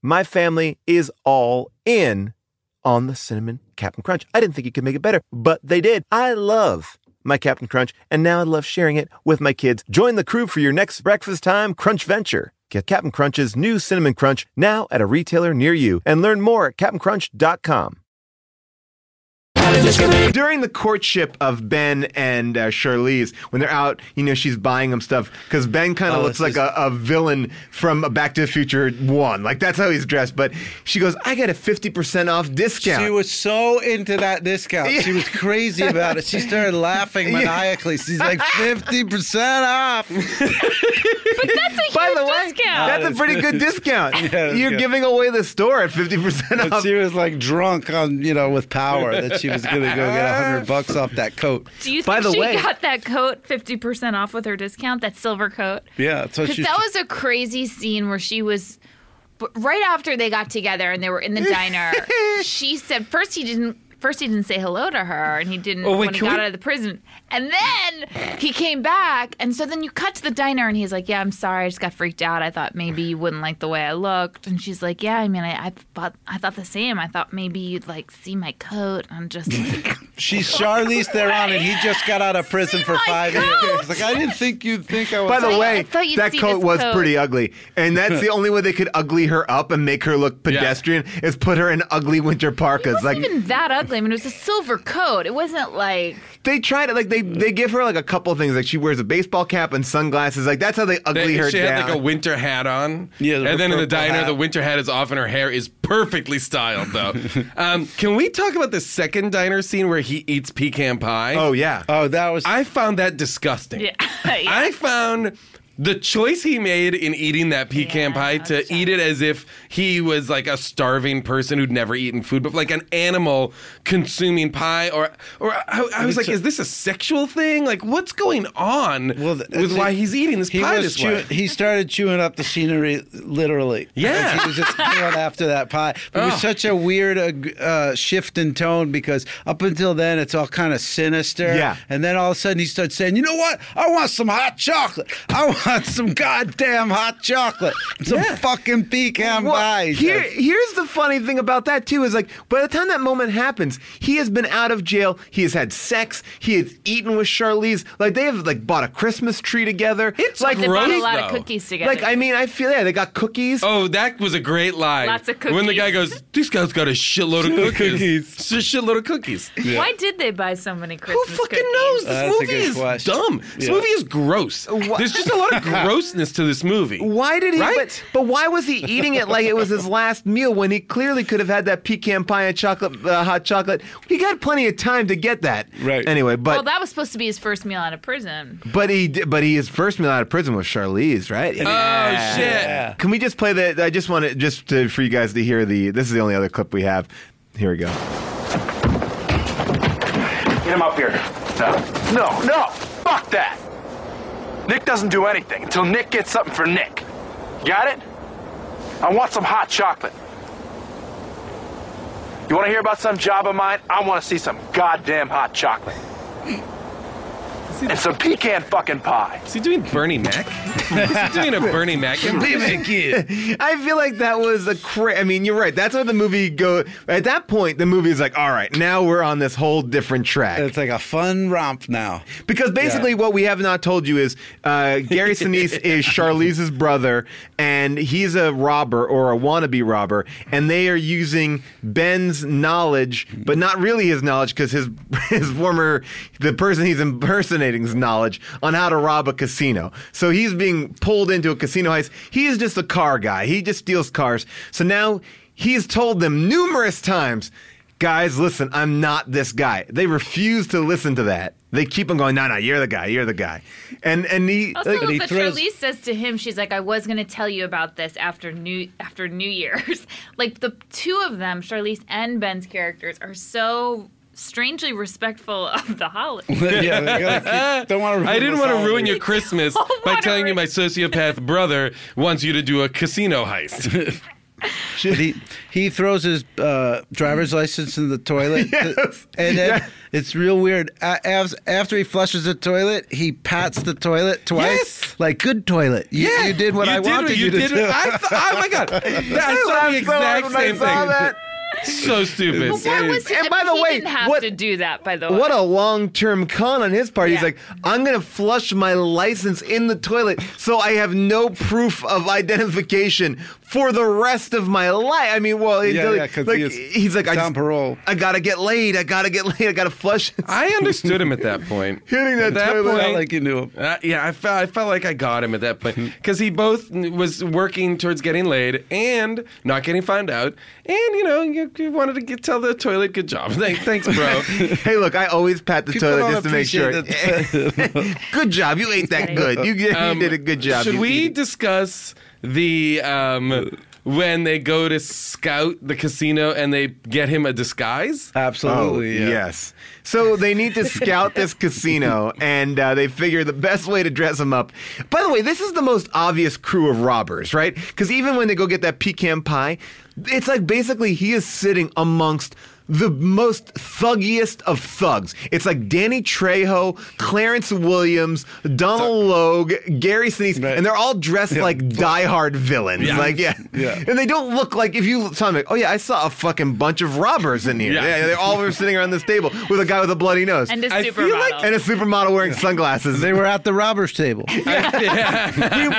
Speaker 8: my family is all in on the cinnamon Captain Crunch. I didn't think you could make it better, but they did. I love my Captain Crunch, and now I love sharing it with my kids. Join the crew for your next breakfast time crunch venture. Get Captain Crunch's new cinnamon crunch now at a retailer near you and learn more at captaincrunch.com. During the courtship of Ben and uh, Charlize, when they're out, you know, she's buying him stuff because Ben kind of
Speaker 5: Oh,
Speaker 8: looks
Speaker 5: this
Speaker 8: like a, a villain from a Back to the Future 1. Like, that's how he's dressed. But she goes, I got a 50% off discount.
Speaker 5: She was so into that discount. She was crazy about it. She started laughing maniacally. She's like, 50% [LAUGHS] off.
Speaker 4: That's a
Speaker 8: By the
Speaker 4: huge
Speaker 8: way,
Speaker 4: discount.
Speaker 8: that's a pretty good discount.
Speaker 5: that's
Speaker 8: You're
Speaker 5: good.
Speaker 8: giving away the store at 50%
Speaker 5: And
Speaker 8: off.
Speaker 5: she was like drunk on, you know, with power that she was going to go get 100 bucks off that coat.
Speaker 4: Do you think
Speaker 8: By the
Speaker 4: she
Speaker 8: way-
Speaker 4: got that coat 50% off with her discount, that silver coat?
Speaker 5: Yeah. So
Speaker 4: Because
Speaker 5: she,
Speaker 4: that was a crazy scene where she was b- right after they got together and they were in the
Speaker 3: [LAUGHS]
Speaker 4: diner. she said first he didn't first he didn't say hello to her and he didn't
Speaker 3: Oh, wait,
Speaker 4: when he
Speaker 3: can
Speaker 4: got
Speaker 3: we-
Speaker 4: out of the prison. And then he came back and so then you cut to the diner and he's like, "Yeah, I'm sorry, I just got freaked out. I thought maybe you wouldn't like the way I looked." And she's like, "Yeah, I mean, I I thought I thought the same. I thought maybe you'd like see my coat."
Speaker 3: [LAUGHS]
Speaker 4: I'm just like,
Speaker 5: she's Charlize Theron, and he just got out of prison for
Speaker 4: my
Speaker 5: five
Speaker 4: coat.
Speaker 5: years. He's like, I didn't think you'd think I was.
Speaker 8: By the
Speaker 4: I
Speaker 8: way,
Speaker 4: thought you'd
Speaker 8: that
Speaker 4: see
Speaker 8: coat
Speaker 4: this
Speaker 8: was
Speaker 4: coat.
Speaker 8: pretty ugly. And that's the only way they could ugly her up and make her look pedestrian is put her in ugly winter parkas. Like,
Speaker 4: wasn't even that ugly. I mean, it was a silver coat. It wasn't like
Speaker 8: they tried it. Like they they give her like a couple things. Like she wears a baseball cap and sunglasses. Like that's how they
Speaker 3: They-
Speaker 8: ugly her
Speaker 3: she had
Speaker 8: down.
Speaker 3: like a winter hat on.
Speaker 5: Yeah, the
Speaker 3: and then in the
Speaker 5: purple
Speaker 3: diner,
Speaker 5: hat.
Speaker 3: the winter hat is off, and her hair is perfectly styled,
Speaker 5: [LAUGHS]
Speaker 3: though. um, can we talk about the second diner scene where he eats pecan pie?
Speaker 8: oh yeah.
Speaker 5: oh, that was.
Speaker 3: I found that disgusting.
Speaker 4: yeah.
Speaker 3: [LAUGHS] [LAUGHS] I found the choice he made in eating that pecan
Speaker 4: Yeah,
Speaker 3: pie to
Speaker 4: that's
Speaker 3: eat it as if he was like a starving person who'd never eaten food, but like an animal consuming pie. Or, or I, I was like, is this a sexual thing? Like, what's going on
Speaker 5: th-
Speaker 3: with why he's eating this
Speaker 5: he
Speaker 3: pie
Speaker 5: was
Speaker 3: this
Speaker 5: chew-
Speaker 3: way?
Speaker 5: He started chewing up the scenery literally.
Speaker 3: Yeah. Oh.
Speaker 5: And he was
Speaker 3: [LAUGHS]
Speaker 5: just going after that pie. But it was
Speaker 3: Ugh.
Speaker 5: such a weird uh, uh, shift in tone because up until then it's all kind of sinister.
Speaker 8: Yeah.
Speaker 5: And then all of a sudden he starts saying, "You know what? I want some hot chocolate. I want some goddamn hot chocolate. Some fucking pecan
Speaker 8: Well,
Speaker 5: pie." he
Speaker 8: here,
Speaker 5: says.
Speaker 8: here's the funny thing about that too is like by the time that moment happens, he has been out of jail. He has had sex. He has eaten with Charlize. Like they have like bought a Christmas tree together. It's
Speaker 4: [LAUGHS]
Speaker 8: like
Speaker 4: they bought a
Speaker 3: gross,
Speaker 4: lot of
Speaker 3: though.
Speaker 4: cookies together.
Speaker 8: like I mean I feel yeah they got cookies.
Speaker 3: Oh, that was a great line.
Speaker 4: Lots of
Speaker 3: When the
Speaker 4: cookies.
Speaker 3: guy goes, this guy's got a shitload of cookies. It's a shitload of cookies.
Speaker 4: Why did they buy so many
Speaker 3: Who
Speaker 4: Christmas
Speaker 3: fucking
Speaker 4: cookies? Uh,
Speaker 3: knows? This
Speaker 5: That's a
Speaker 3: movie
Speaker 5: good
Speaker 3: is
Speaker 5: question.
Speaker 3: dumb. This
Speaker 5: Yeah.
Speaker 3: movie is gross. There's just a lot
Speaker 5: [LAUGHS]
Speaker 3: of grossness to this movie.
Speaker 8: Why did he?
Speaker 3: Right?
Speaker 8: But, but why was he eating it like it was his last meal when he clearly could have had that pecan pie and chocolate, uh, hot chocolate? He got plenty of time to get that.
Speaker 5: Right.
Speaker 8: Anyway, but
Speaker 4: Well, that was supposed to be his first meal out of prison.
Speaker 8: but he did- but he his first meal out of prison was Charlize, right?
Speaker 3: Oh, shit.
Speaker 5: Yeah.
Speaker 1: [LAUGHS]
Speaker 8: Can we just play the? I just want to just to, for you guys to hear the. This is the only other clip we have. Here we go.
Speaker 9: Get him up here. No, no, no. Fuck that. Nick doesn't do anything until Nick gets something for Nick. Got it? I want some hot chocolate.
Speaker 6: You want to hear about some job of mine? I want to see some goddamn hot chocolate. And some pecan fucking pie.
Speaker 3: Is he doing Bernie Mac? Is he doing a Bernie
Speaker 5: [LAUGHS]
Speaker 3: Mac impression?
Speaker 1: [LAUGHS] I feel like that was a cra- I mean, you're right. That's where the movie go. At that point, the movie is like, all right, now we're on this whole different track.
Speaker 5: It's like a fun romp now. [LAUGHS]
Speaker 1: Because basically, what we have not told you is uh, Gary Sinise is Charlize's brother, and he's a robber or a wannabe robber, and they are using Ben's knowledge, but not really his knowledge, because his [LAUGHS] his former the person he's impersonating's knowledge on how to rob a casino. So he's being pulled into a casino heist. He is just a car guy. He just steals cars. So now he's told them numerous times guys, listen, I'm not this guy. They refuse to listen to that. They keep on going, no, no, you're the guy, you're the guy. And and he,
Speaker 4: Also,
Speaker 1: like-
Speaker 4: a little bit
Speaker 5: throws-
Speaker 4: Charlize says to him, she's like, "I was going to tell you about this after New after New Year's." [LAUGHS] like the two of them, Charlize and Ben's characters, are so strangely respectful [LAUGHS] of the holiday.
Speaker 5: yeah, they gotta keep- don't want to.
Speaker 3: I didn't want to ruin your
Speaker 4: [LAUGHS]
Speaker 3: Christmas
Speaker 4: don't
Speaker 3: by
Speaker 4: wanna
Speaker 3: telling you
Speaker 4: ruin-
Speaker 3: my
Speaker 4: [LAUGHS]
Speaker 3: sociopath brother wants you to do a casino heist.
Speaker 5: But he he throws his uh, driver's license in
Speaker 3: [LAUGHS]
Speaker 5: the toilet, and then it's real weird. A- af- After he flushes the toilet, he pats the toilet twice,
Speaker 3: Yes.
Speaker 5: like good toilet. You, you did [LAUGHS] what
Speaker 3: you
Speaker 5: I
Speaker 3: did
Speaker 5: wanted
Speaker 3: what you,
Speaker 5: to
Speaker 3: did.
Speaker 5: do.
Speaker 3: what- I th- oh my
Speaker 5: [LAUGHS]
Speaker 3: god, I saw
Speaker 1: laughed
Speaker 3: the
Speaker 1: so hard
Speaker 3: exact
Speaker 1: when I
Speaker 3: same
Speaker 1: saw
Speaker 3: thing.
Speaker 1: that.
Speaker 3: So stupid.
Speaker 4: Well, that was,
Speaker 1: And
Speaker 4: I
Speaker 1: by
Speaker 4: mean,
Speaker 1: the
Speaker 4: he
Speaker 1: way,
Speaker 4: didn't have
Speaker 1: what-
Speaker 4: to do that. By the way,
Speaker 1: What a long term con on his part. He's
Speaker 4: Yeah.
Speaker 1: like, I'm going to flush my license in the toilet so I have no proof of identification for the rest of my life. I mean, well,
Speaker 5: Yeah,
Speaker 1: until-
Speaker 5: yeah, 'cause
Speaker 1: like,
Speaker 5: he is
Speaker 1: he's like, I
Speaker 5: it's on
Speaker 1: just-
Speaker 5: parole.
Speaker 1: I got to get laid. I got to get laid. I got to flush.
Speaker 3: I understood him at that point.
Speaker 1: [LAUGHS] Hitting that
Speaker 3: At that
Speaker 1: toilet.
Speaker 3: point-
Speaker 5: Not like you knew him.
Speaker 3: Uh, yeah, I felt I felt like I got him at that
Speaker 1: [LAUGHS]
Speaker 3: point because he both n- was working towards getting laid and not getting found out, and you know you, you wanted to get, tell the toilet good job. [LAUGHS] Thank,
Speaker 1: [LAUGHS]
Speaker 3: thanks, bro.
Speaker 1: [LAUGHS] hey, look, I always pat the
Speaker 5: People
Speaker 1: toilet
Speaker 5: don't
Speaker 1: just to make sure.
Speaker 5: appreciate
Speaker 1: [LAUGHS] good job. You ate that good. You, [LAUGHS] you
Speaker 3: Um,
Speaker 1: did a good job.
Speaker 3: Should
Speaker 1: You
Speaker 3: we
Speaker 1: eat it.
Speaker 3: discuss the um, when they go to scout the casino and they get him a disguise?
Speaker 5: Absolutely.
Speaker 1: Oh,
Speaker 5: yeah.
Speaker 1: Yes. So they need to scout this casino, and uh, they figure the best way to dress them up. By the way, this is the most obvious crew of robbers, right? Because even when they go get that pecan pie, it's like basically he is sitting amongst. The most thuggiest of thugs. It's like Danny Trejo, Clarence Williams, Donald Logue, Gary Sinise,
Speaker 5: Right.
Speaker 1: and they're all dressed like diehard villains.
Speaker 3: Yeah.
Speaker 1: Like, yeah.
Speaker 5: Yeah.
Speaker 1: And they don't look like if you tell me, oh yeah, I saw a fucking bunch of robbers in here.
Speaker 3: Yeah.
Speaker 1: Yeah, they all were sitting around this table with a guy with a bloody nose
Speaker 4: and a
Speaker 3: I feel
Speaker 4: supermodel.
Speaker 3: like-
Speaker 1: and a supermodel wearing sunglasses.
Speaker 5: They were at the robbers' table.
Speaker 3: [LAUGHS]
Speaker 1: we,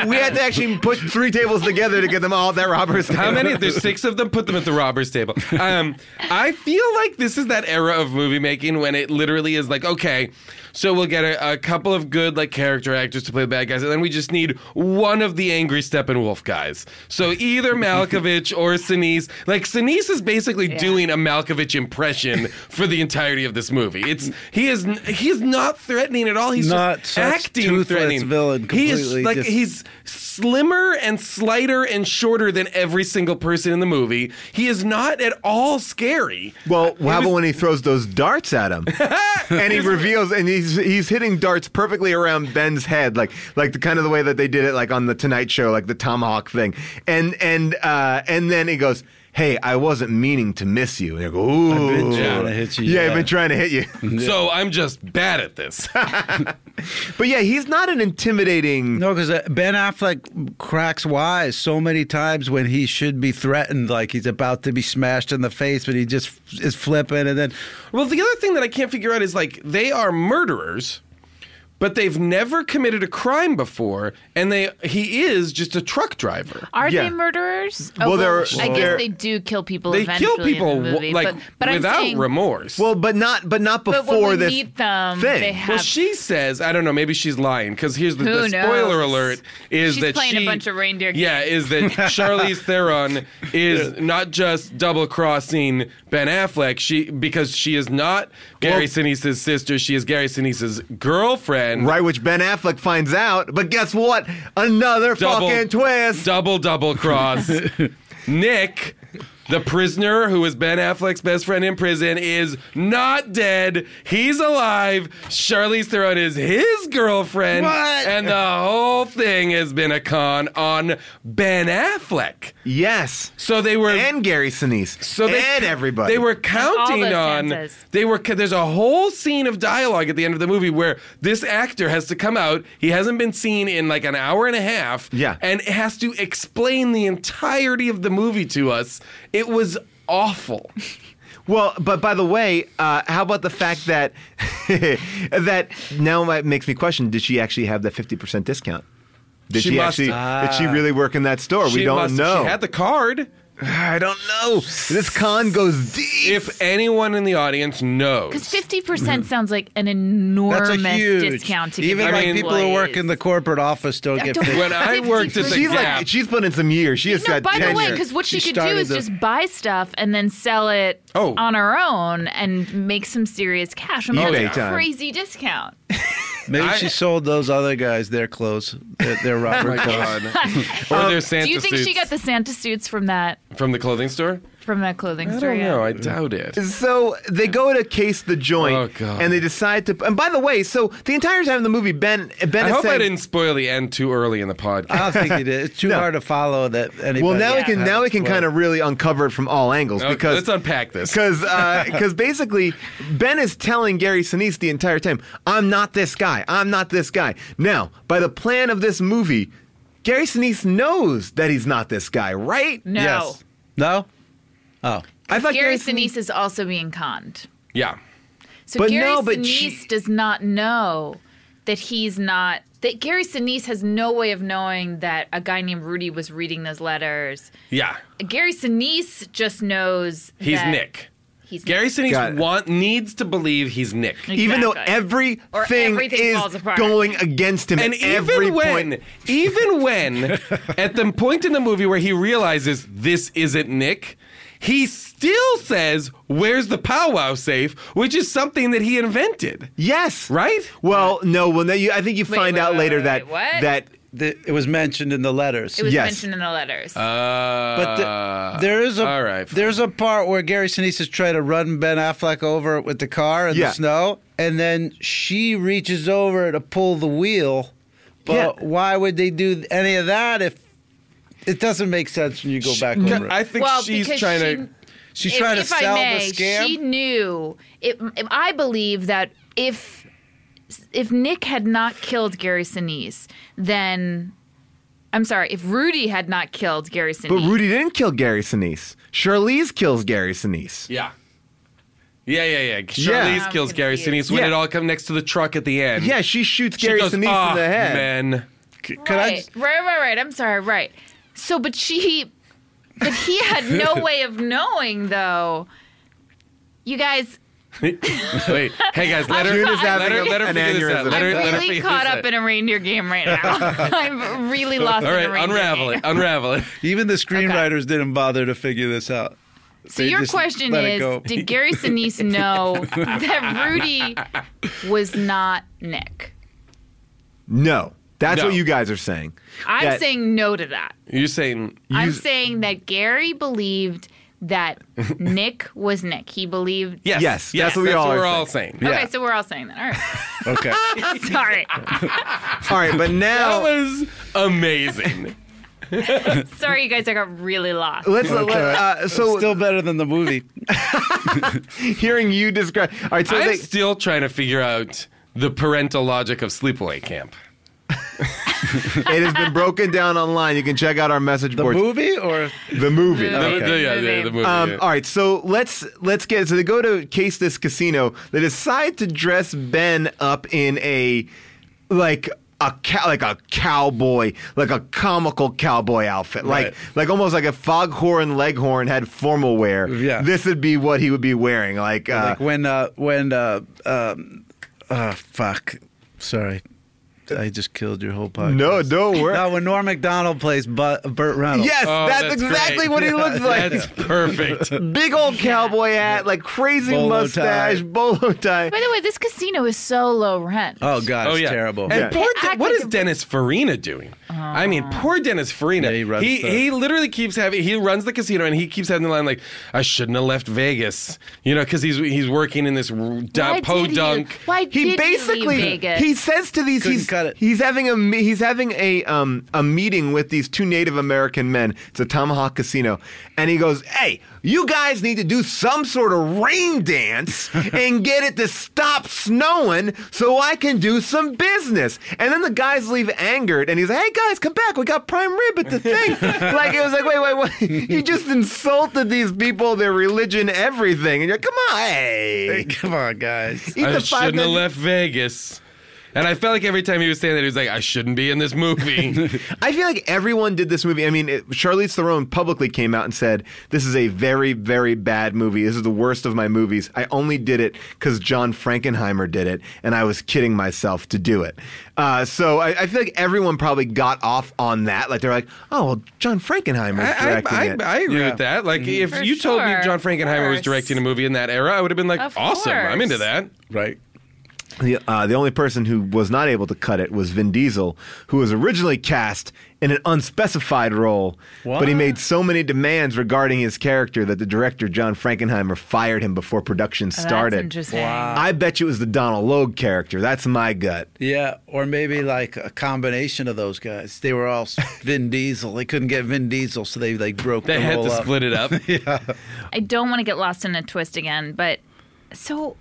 Speaker 1: we had to actually put three tables together to get them all at that robbers.
Speaker 3: [LAUGHS] How
Speaker 1: table.
Speaker 3: many? There's six of them. Put them at the robbers' table. Um, I feel like this is that era of movie making when it literally is like, okay, so we'll get a, a couple of good like character actors to play the bad guys, and then we just need one of the angry Steppenwolf guys. So either Malkovich or Sinise. Like Sinise is basically
Speaker 4: Yeah.
Speaker 3: doing a Malkovich impression for the entirety of this movie. It's he is n- he's not threatening at all. He's
Speaker 5: Not
Speaker 3: just
Speaker 5: such
Speaker 3: acting
Speaker 5: toothless
Speaker 3: threatening.
Speaker 5: villain,
Speaker 3: he is
Speaker 5: completely
Speaker 3: like
Speaker 5: just-
Speaker 3: he's he's slimmer and slighter and shorter than every single person in the movie. He is not at all scary.
Speaker 1: Well, what happened
Speaker 3: was-
Speaker 1: when he throws those darts at him? and he reveals, and he's he's hitting darts perfectly around Ben's head, like like the kind of the way that they did it, like on the Tonight Show, like the tomahawk thing. And and uh, and then he goes, "Hey, I wasn't meaning to miss you." And they go, "Ooh,
Speaker 5: been
Speaker 3: trying
Speaker 5: to hit you,
Speaker 1: Yeah, I've
Speaker 5: yeah."
Speaker 1: been trying to hit you."
Speaker 3: [LAUGHS] So I'm just bad at this.
Speaker 5: [LAUGHS]
Speaker 1: but yeah, he's not an intimidating.
Speaker 5: No, because uh, Ben Affleck cracks wise so many times when he should be threatened, like he's about to be smashed in the face, but he just f- is flipping, and then
Speaker 3: well, the other thing that I can't figure out is like they are murderers, but they've never committed a crime before, and they he is just a truck driver.
Speaker 4: Are
Speaker 1: Yeah.
Speaker 4: they murderers?
Speaker 1: Well, they're-
Speaker 4: I
Speaker 1: they're-
Speaker 4: guess they do kill people.
Speaker 3: They
Speaker 4: eventually
Speaker 3: kill people
Speaker 4: in the
Speaker 3: w-
Speaker 4: movie,
Speaker 3: like
Speaker 4: but, but I'm
Speaker 3: without
Speaker 4: saying-
Speaker 3: remorse.
Speaker 1: Well, but not but not
Speaker 4: But
Speaker 1: before
Speaker 4: when we
Speaker 1: this
Speaker 4: meet them,
Speaker 1: thing.
Speaker 4: they have
Speaker 3: Well, she says, I don't know, maybe she's lying because here's the,
Speaker 4: Who
Speaker 3: the spoiler
Speaker 4: knows?
Speaker 3: alert is
Speaker 4: She's
Speaker 3: that
Speaker 4: playing a
Speaker 3: she-
Speaker 4: bunch of reindeer
Speaker 3: Yeah, is
Speaker 4: [LAUGHS]
Speaker 3: that Charlize Theron is not just double crossing Ben Affleck, she because she is not Gary Sinise's sister, she is Gary Sinise's girlfriend.
Speaker 1: Right, which Ben Affleck finds out, but guess what? Another fucking twist.
Speaker 3: Double
Speaker 1: [LAUGHS]
Speaker 3: double cross. Nick, the prisoner who is Ben Affleck's best friend in prison, is not dead. He's alive. Charlize Theron is his girlfriend,
Speaker 5: What?
Speaker 3: and the whole thing has been a con on Ben Affleck.
Speaker 1: Yes.
Speaker 3: So they were
Speaker 1: And Gary Sinise.
Speaker 3: So they
Speaker 1: and everybody.
Speaker 3: They were counting
Speaker 4: those
Speaker 3: on.
Speaker 4: senses.
Speaker 3: They were. ca- There's a whole scene of dialogue at the end of the movie where this actor has to come out. He hasn't been seen in like an hour and a half.
Speaker 1: Yeah.
Speaker 3: And has to explain the entirety of the movie to us. It was awful.
Speaker 1: Well, but by the way, uh, how about the fact that [LAUGHS] that now it makes me question: Did she actually have that fifty percent discount? Did
Speaker 3: She
Speaker 1: she,
Speaker 3: must-
Speaker 1: actually? Did she really work in that store? we
Speaker 3: She
Speaker 1: don't
Speaker 3: must-
Speaker 1: know.
Speaker 3: She had the card.
Speaker 1: I don't know. This con goes deep.
Speaker 3: If anyone in the audience knows,
Speaker 4: Because fifty percent sounds like an enormous
Speaker 5: Mm-hmm. That's a huge
Speaker 4: discount to give
Speaker 5: Even
Speaker 4: your
Speaker 5: like
Speaker 3: mean-
Speaker 5: people who work in the
Speaker 4: employees.
Speaker 5: corporate office don't
Speaker 4: I [LAUGHS]
Speaker 5: get
Speaker 4: don't-
Speaker 5: paid.
Speaker 3: when I worked at the
Speaker 1: she's
Speaker 3: Gap,
Speaker 1: like she's put in some years. She has
Speaker 4: No,
Speaker 1: got
Speaker 4: by the
Speaker 1: tenure.
Speaker 4: way, because what she,
Speaker 5: She
Speaker 4: could do
Speaker 5: started
Speaker 4: is
Speaker 5: the-
Speaker 4: just buy stuff and then sell it
Speaker 3: Oh.
Speaker 4: on her own and make some serious cash. I mean,
Speaker 1: eBay
Speaker 4: that's a
Speaker 1: time.
Speaker 4: crazy discount.
Speaker 5: Maybe
Speaker 3: I-
Speaker 5: she sold those other guys their clothes, their,
Speaker 1: [LAUGHS]
Speaker 5: their
Speaker 1: Oh
Speaker 5: Robert clothes.
Speaker 3: [LAUGHS] or
Speaker 4: [LAUGHS]
Speaker 3: their Santa
Speaker 4: Um, do you think
Speaker 3: suits
Speaker 4: she got the Santa suits from that
Speaker 3: from the clothing store?
Speaker 4: from that clothing
Speaker 3: I
Speaker 4: store?
Speaker 3: don't
Speaker 4: yeah?
Speaker 3: know. I doubt it.
Speaker 1: So they go to case the joint,
Speaker 3: Oh, God.
Speaker 1: and they decide to. And by the way, so the entire time in the movie, Ben Ben
Speaker 3: I
Speaker 1: is
Speaker 3: hope
Speaker 1: saying, Uh,
Speaker 3: I didn't spoil the end too early in the podcast.
Speaker 5: I don't think it is. It's too hard to follow that. Anybody
Speaker 1: Well, now we
Speaker 5: has
Speaker 1: can
Speaker 5: that
Speaker 1: now we can
Speaker 5: flow.
Speaker 1: kind of really uncover it from all angles
Speaker 3: Okay,
Speaker 1: because
Speaker 3: let's unpack this.
Speaker 1: because
Speaker 3: [LAUGHS]
Speaker 1: because basically Ben is telling Gary Sinise the entire time, "I'm not this guy. I'm not this guy." Now, by the plan of this movie, Gary Sinise knows that he's not this guy, right?
Speaker 4: No.
Speaker 5: Yes. No. Oh,
Speaker 1: I thought
Speaker 4: Gary Sinise is also being conned.
Speaker 3: yeah.
Speaker 4: So
Speaker 1: But
Speaker 4: Gary
Speaker 1: no, but
Speaker 4: Sinise
Speaker 1: she-
Speaker 4: does not know that he's not that Gary Sinise has no way of knowing that a guy named Rudy was reading those letters.
Speaker 3: Yeah.
Speaker 4: Gary Sinise just knows
Speaker 3: He's
Speaker 4: that
Speaker 3: Nick.
Speaker 4: He's
Speaker 3: Gary
Speaker 1: Got it.
Speaker 3: Sinise want, needs to believe he's Nick.
Speaker 1: Even though
Speaker 4: Exactly. Or
Speaker 1: everything,
Speaker 4: everything falls
Speaker 1: is
Speaker 4: apart.
Speaker 1: going against him
Speaker 3: And
Speaker 1: at every
Speaker 3: even when,
Speaker 1: point,
Speaker 3: [LAUGHS] even when, at the point in the movie where he realizes this isn't Nick, he still says, "Where's the powwow safe?" Which is something that he invented,
Speaker 1: yes,
Speaker 3: right?
Speaker 1: Well, no. Well, no, you, I think you find
Speaker 4: wait,
Speaker 1: out
Speaker 4: wait,
Speaker 1: later
Speaker 4: wait,
Speaker 1: that
Speaker 4: wait, what?
Speaker 1: that
Speaker 5: the, it was mentioned in the letters.
Speaker 4: It was
Speaker 1: Yes.
Speaker 4: mentioned in the letters.
Speaker 3: Uh,
Speaker 5: But the-
Speaker 1: Uh,
Speaker 5: there is a
Speaker 3: all right, fine.
Speaker 5: there's a part where Gary Sinise is trying to run Ben Affleck over with the car in
Speaker 1: Yeah.
Speaker 5: the snow, and then she reaches over to pull the wheel. But
Speaker 1: Yeah.
Speaker 5: why would they do any of that if it doesn't make sense when you go back over it?
Speaker 3: I think
Speaker 4: well,
Speaker 3: she's
Speaker 4: because
Speaker 3: trying
Speaker 4: she,
Speaker 3: to.
Speaker 5: She's
Speaker 4: if,
Speaker 5: trying to
Speaker 4: if
Speaker 5: sell
Speaker 4: I may,
Speaker 5: the scam.
Speaker 4: She knew. It, I believe that if if Nick had not killed Gary Sinise, then I'm sorry. If Rudy had not killed Gary Sinise,
Speaker 1: But Rudy didn't kill Gary Sinise. Charlize kills Gary Sinise.
Speaker 3: Yeah. Yeah, yeah, yeah. Charlize
Speaker 1: Yeah.
Speaker 4: I'm
Speaker 3: kills Gary
Speaker 4: confused.
Speaker 3: Sinise when
Speaker 1: Yeah.
Speaker 3: it all comes next to the truck at the end.
Speaker 1: Yeah, she shoots
Speaker 3: She
Speaker 1: Gary
Speaker 3: goes,
Speaker 1: Sinise
Speaker 3: "Ah,
Speaker 1: in the head.
Speaker 3: Man.
Speaker 5: Could I
Speaker 4: right, right, right, right. I'm sorry. Right. So, but she, but he had
Speaker 5: [LAUGHS]
Speaker 4: no way of knowing though. You guys,
Speaker 3: Wait, hey
Speaker 4: [LAUGHS]
Speaker 3: guys, let her,
Speaker 4: June
Speaker 3: let
Speaker 4: is
Speaker 3: her,
Speaker 4: having
Speaker 3: let her,
Speaker 1: an
Speaker 3: figure this out.
Speaker 1: aneurysm.
Speaker 3: Let her,
Speaker 4: I'm
Speaker 3: let her
Speaker 4: really
Speaker 3: figure
Speaker 4: caught
Speaker 3: this
Speaker 4: up
Speaker 3: out.
Speaker 4: in a reindeer game right
Speaker 5: [LAUGHS]
Speaker 4: now. I'm really lost.
Speaker 3: All
Speaker 4: in
Speaker 3: right,
Speaker 4: a reindeer
Speaker 3: unravel
Speaker 4: game. [LAUGHS]
Speaker 3: it, unravel it.
Speaker 5: Even the screenwriters didn't bother to figure this out.
Speaker 4: So
Speaker 5: They
Speaker 4: your
Speaker 5: just
Speaker 4: question
Speaker 5: let it
Speaker 4: is,
Speaker 5: go.
Speaker 4: did Gary
Speaker 5: [LAUGHS]
Speaker 4: Sinise know that Rudy was not Nick?
Speaker 1: No. That's
Speaker 3: No.
Speaker 1: what you guys are saying.
Speaker 4: I'm
Speaker 1: That-
Speaker 4: saying no to that.
Speaker 3: You're saying
Speaker 4: I'm saying that Gary believed
Speaker 5: [LAUGHS]
Speaker 4: that Nick was Nick. He believed.
Speaker 3: yes,
Speaker 1: Yes,
Speaker 3: yes.
Speaker 1: that's what we all
Speaker 3: are
Speaker 1: are
Speaker 3: all saying.
Speaker 4: Okay, so we're all saying that.
Speaker 5: [LAUGHS] Okay.
Speaker 4: All right. Sorry.
Speaker 1: All right,
Speaker 3: [LAUGHS]
Speaker 1: but
Speaker 3: That
Speaker 1: now
Speaker 3: was
Speaker 1: [LAUGHS]
Speaker 3: amazing.
Speaker 4: Sorry, you guys. I got really lost.
Speaker 1: let's let, uh, so
Speaker 5: Still better than the movie.
Speaker 1: hearing you describe. All right, so
Speaker 3: I'm
Speaker 1: they,
Speaker 3: still trying to figure out the parental logic of sleepaway camp.
Speaker 1: it has been broken down online. You can check out our message
Speaker 5: The
Speaker 1: boards.
Speaker 5: movie or
Speaker 1: The movie.
Speaker 3: The-
Speaker 4: Okay.
Speaker 3: the- yeah, the- the movie,
Speaker 1: Um,
Speaker 3: Oh, yeah.
Speaker 1: All right, so let's let's get so they go to case this casino. They decide to dress Ben up in a like a cow, like a cowboy, like a comical cowboy outfit, like
Speaker 5: Right.
Speaker 1: like almost like a foghorn leghorn had formal wear.
Speaker 5: Yeah.
Speaker 1: this would be what he would be wearing. Like, uh,
Speaker 5: like when uh when uh um uh fuck sorry i just killed your whole podcast
Speaker 1: no, don't worry.
Speaker 5: no when norm mcdonald plays Bu- burt reynolds
Speaker 1: Yes,
Speaker 3: Oh,
Speaker 1: that's,
Speaker 3: that's
Speaker 1: exactly
Speaker 3: great.
Speaker 1: what he looks like. [LAUGHS]
Speaker 3: That's perfect.
Speaker 1: Big old cowboy hat, like crazy
Speaker 5: Bolo tie.
Speaker 1: mustache, bolo tie.
Speaker 4: By the way, this casino is so low rent.
Speaker 5: oh god
Speaker 3: Oh
Speaker 5: it's
Speaker 3: yeah,
Speaker 5: terrible
Speaker 3: And
Speaker 5: [LAUGHS]
Speaker 1: Yeah.
Speaker 3: poor
Speaker 4: They
Speaker 3: De-
Speaker 4: act
Speaker 3: what
Speaker 4: like Ah.
Speaker 3: is
Speaker 4: a-
Speaker 3: Dennis Farina doing? I mean, poor Dennis Farina.
Speaker 5: Yeah, he runs
Speaker 3: he,
Speaker 5: the-
Speaker 3: he literally keeps having he runs the casino and he keeps having the line like, "I shouldn't have left Vegas," you know, because he's he's working in this r-
Speaker 4: Why
Speaker 3: da-
Speaker 4: did you-
Speaker 3: podunk.
Speaker 4: Why did
Speaker 1: He
Speaker 4: you leave
Speaker 1: basically
Speaker 4: Vegas?
Speaker 1: he says to these
Speaker 5: Couldn't
Speaker 1: he's
Speaker 5: cut got it.
Speaker 1: He's having a me- he's having a um a meeting with these two Native American men. It's a Tomahawk casino, and he goes, "Hey, you guys need to do some sort of rain dance and get it to stop snowing so I can do some business." And then the guys leave angered, and he's like, "Hey guys, come back! We got prime rib at the thing." like it was like, "Wait, wait, wait! You just insulted these people, their religion, everything!" And you're like, "Come on, hey,
Speaker 5: Come on, guys.
Speaker 1: eat
Speaker 3: I
Speaker 1: the five
Speaker 3: shouldn't have left Vegas. And I felt like every time he was saying that, he was like, I shouldn't be in this
Speaker 5: [LAUGHS]
Speaker 3: movie.
Speaker 1: I feel like everyone did this movie. I mean, it, Charlize Theron publicly came out and said, "This is a very, very bad movie. This is the worst of my movies. I only did it because John Frankenheimer did it, and I was kidding myself to do it." Uh, so I, I feel like everyone probably got off on that. Like they're like, "Oh, well, John Frankenheimer
Speaker 3: I,
Speaker 1: directing
Speaker 3: I,
Speaker 1: it."
Speaker 3: I, I agree
Speaker 5: Yeah.
Speaker 3: with that. Like, if
Speaker 4: Mm-hmm. For
Speaker 3: you told me
Speaker 4: sure,
Speaker 3: John
Speaker 4: of
Speaker 3: Frankenheimer was
Speaker 4: course.
Speaker 3: directing a movie in that era, I would have been like,
Speaker 4: Of
Speaker 3: awesome, I'm
Speaker 4: course.
Speaker 3: into that.
Speaker 5: [LAUGHS] Right.
Speaker 1: The, uh, the only person who was not able to cut it was Vin Diesel, who was originally cast in an unspecified role, but he
Speaker 5: What?
Speaker 1: made so many demands regarding his character that the director John Frankenheimer fired him before production
Speaker 4: Oh, That's
Speaker 1: started.
Speaker 4: interesting.
Speaker 1: I bet you it was the Donald Logue character. That's my gut.
Speaker 5: Yeah, or maybe like a combination of those guys. They were all Vin Diesel. They couldn't get Vin Diesel, so they like broke
Speaker 3: They
Speaker 5: the
Speaker 3: had
Speaker 5: whole
Speaker 3: to
Speaker 5: up.
Speaker 3: split it
Speaker 5: [LAUGHS]
Speaker 3: up.
Speaker 4: I don't want to get lost in a twist again, but so.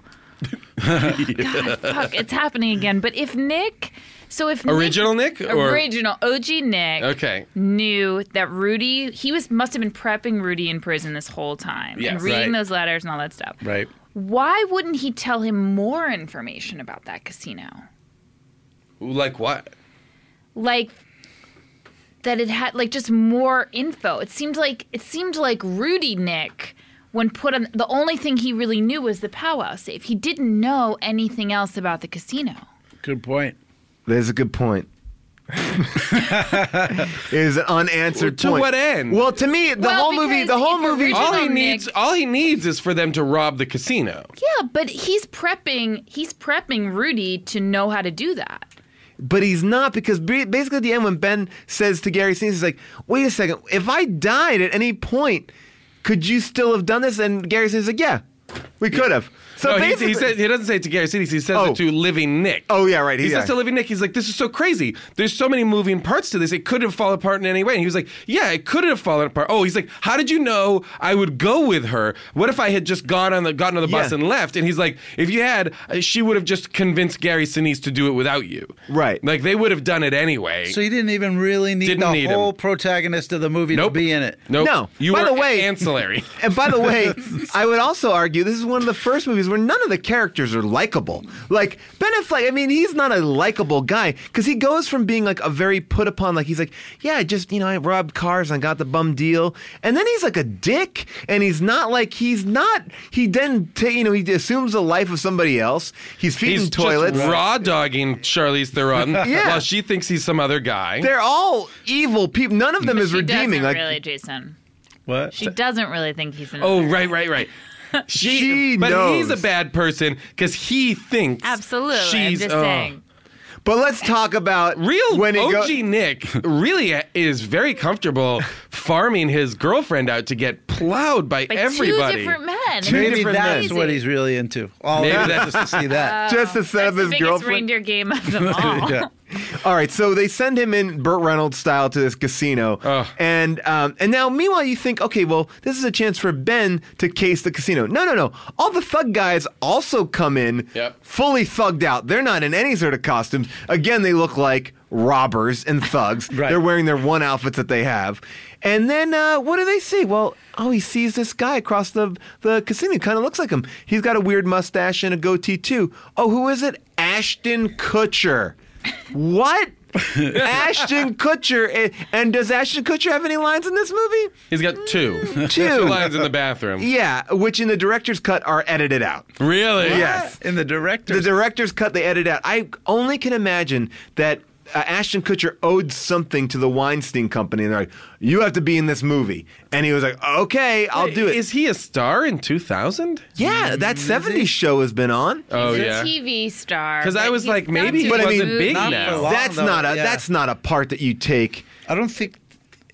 Speaker 4: [LAUGHS] God, fuck, it's happening again. But if Nick, so if Nick-
Speaker 3: Original Nick or-
Speaker 4: original OG Nick,
Speaker 3: Okay.
Speaker 4: knew that Rudy, he was must have been prepping Rudy in prison this whole time
Speaker 3: Yes.
Speaker 4: and reading
Speaker 5: Right.
Speaker 4: those letters and all that stuff.
Speaker 5: Right.
Speaker 4: Why wouldn't he tell him more information about that casino?
Speaker 3: Like, what?
Speaker 4: Like that it had like just more info. It seemed like it seemed like Rudy Nick when put on the only thing he really knew was the powwow safe. He didn't know anything else about the casino.
Speaker 5: Good point.
Speaker 1: That's a good
Speaker 3: [LAUGHS]
Speaker 1: point. it is an unanswered
Speaker 3: To
Speaker 1: point.
Speaker 3: what end?
Speaker 1: Well, to me, the
Speaker 4: Well,
Speaker 1: whole movie, the
Speaker 4: because
Speaker 1: whole
Speaker 4: if you're
Speaker 1: movie.
Speaker 4: rich-
Speaker 3: All he
Speaker 4: Original Nick.
Speaker 3: needs, all he needs, is for them to rob the casino.
Speaker 4: Yeah, but he's prepping he's prepping Rudy to know how to do that.
Speaker 1: But he's not because ba- basically at the end when Ben says to Gary Sinise, he's like, "Wait a second, if I died at any point, could you still have done this?" And Gary Sinise is like, "Yeah, we could have." So
Speaker 3: no, he,
Speaker 1: basically,
Speaker 3: he, says, he doesn't say it to Gary Sinise. He says
Speaker 1: Oh.
Speaker 3: it to Living Nick.
Speaker 1: Oh, yeah, right,
Speaker 3: He
Speaker 1: yeah.
Speaker 3: says to Living Nick, he's like, "This is so crazy. There's so many moving parts to this. It could have fallen apart in any way." And he was like, "Yeah, it could have fallen apart." Oh, he's like, "How did you know I would go with her? What if I had just gone on the gotten on the bus
Speaker 1: Yeah.
Speaker 3: and left?" And he's like, "If you had, uh, she would have just convinced Gary Sinise to do it without you."
Speaker 1: Right.
Speaker 3: Like they would have done it anyway.
Speaker 5: So you didn't even really need
Speaker 3: Didn't
Speaker 5: the
Speaker 3: need him.
Speaker 5: whole protagonist of the movie
Speaker 3: Nope.
Speaker 5: to be in it.
Speaker 3: nope.
Speaker 1: No.
Speaker 3: You
Speaker 1: By
Speaker 3: were
Speaker 1: the way-
Speaker 3: ancillary.
Speaker 1: And by the way, I would also argue this is one of the first movies where none of the characters are likable. Like Ben Affleck, I mean, he's not a likable guy because he goes from being like a very put upon, like he's like, yeah, I just you know, I robbed cars and I got the bum deal, and then he's like a dick, and he's not like he's not. He then ta- you know he assumes the life of somebody else. He's feeding
Speaker 3: He's
Speaker 1: toilets.
Speaker 3: just raw dogging Charlize Theron
Speaker 1: [LAUGHS] Yeah.
Speaker 3: while she thinks he's some other guy.
Speaker 1: They're all evil people. None of them is
Speaker 4: she
Speaker 1: redeeming. Like
Speaker 4: doesn't really, Jason.
Speaker 5: What?
Speaker 4: She doesn't really think he's an
Speaker 3: Oh, right,
Speaker 1: [LAUGHS]
Speaker 3: right, right. She,
Speaker 1: She
Speaker 3: but
Speaker 1: knows.
Speaker 3: he's a bad person because he thinks
Speaker 4: Absolutely. I'm
Speaker 3: She's
Speaker 4: just
Speaker 3: oh.
Speaker 4: saying.
Speaker 1: But let's talk about
Speaker 3: Real
Speaker 1: when it
Speaker 3: OG
Speaker 1: go-
Speaker 3: Nick really is very comfortable [LAUGHS] farming his girlfriend out to get plowed by,
Speaker 4: By two
Speaker 3: everybody.
Speaker 4: different men.
Speaker 5: Maybe
Speaker 1: different
Speaker 5: that's
Speaker 4: men.
Speaker 5: what he's really into. All
Speaker 3: Maybe
Speaker 5: that
Speaker 3: that's-
Speaker 5: is [LAUGHS] just to see that.
Speaker 1: just to set
Speaker 4: That's
Speaker 1: up
Speaker 4: the
Speaker 1: his
Speaker 4: biggest
Speaker 1: girlfriend.
Speaker 4: reindeer game of them [LAUGHS] all.
Speaker 5: yeah.
Speaker 1: All right, so they send him in Burt Reynolds style to this casino,
Speaker 3: Ugh.
Speaker 1: and um, and now meanwhile you think, okay, well this is a chance for Ben to case the casino. No, no, no. All the thug guys also come in,
Speaker 3: Yep.
Speaker 1: fully thugged out. They're not in any sort of costumes. Again, they look like robbers and
Speaker 3: [LAUGHS]
Speaker 1: thugs.
Speaker 5: Right.
Speaker 1: They're wearing their one outfits that they have, and then uh, what do they see? Well, oh, he sees this guy across the the casino. Kind of looks like him. He's got a weird mustache and a goatee too. Oh, who is it? Ashton Kutcher.
Speaker 3: [LAUGHS]
Speaker 1: What? Ashton Kutcher. eh, And does Ashton Kutcher have any lines in this movie?
Speaker 3: He's got two.
Speaker 1: Mm. Two.
Speaker 3: two lines in the bathroom.
Speaker 1: [LAUGHS] Yeah, which in the director's cut are edited out.
Speaker 3: Really?
Speaker 1: Yes.
Speaker 5: In the director.
Speaker 1: The director's cut they edited out. I only can imagine that uh, Ashton Kutcher owed something to the Weinstein Company. And they're like, you have to be in this movie. And he was like, okay, I'll do it.
Speaker 3: Is he a star in 2000?
Speaker 1: yeah, that 70s show has been on.
Speaker 3: Oh,
Speaker 4: He's
Speaker 3: yeah.
Speaker 4: a TV star.
Speaker 3: 'Cause I
Speaker 4: but
Speaker 3: was
Speaker 4: he's
Speaker 3: like,
Speaker 4: done
Speaker 3: maybe he
Speaker 4: two
Speaker 1: wasn't
Speaker 4: movies.
Speaker 3: big
Speaker 5: Not
Speaker 3: now.
Speaker 5: for long,
Speaker 1: that's
Speaker 5: though.
Speaker 1: not a
Speaker 5: Yeah.
Speaker 1: that's not a part that you take
Speaker 5: I don't think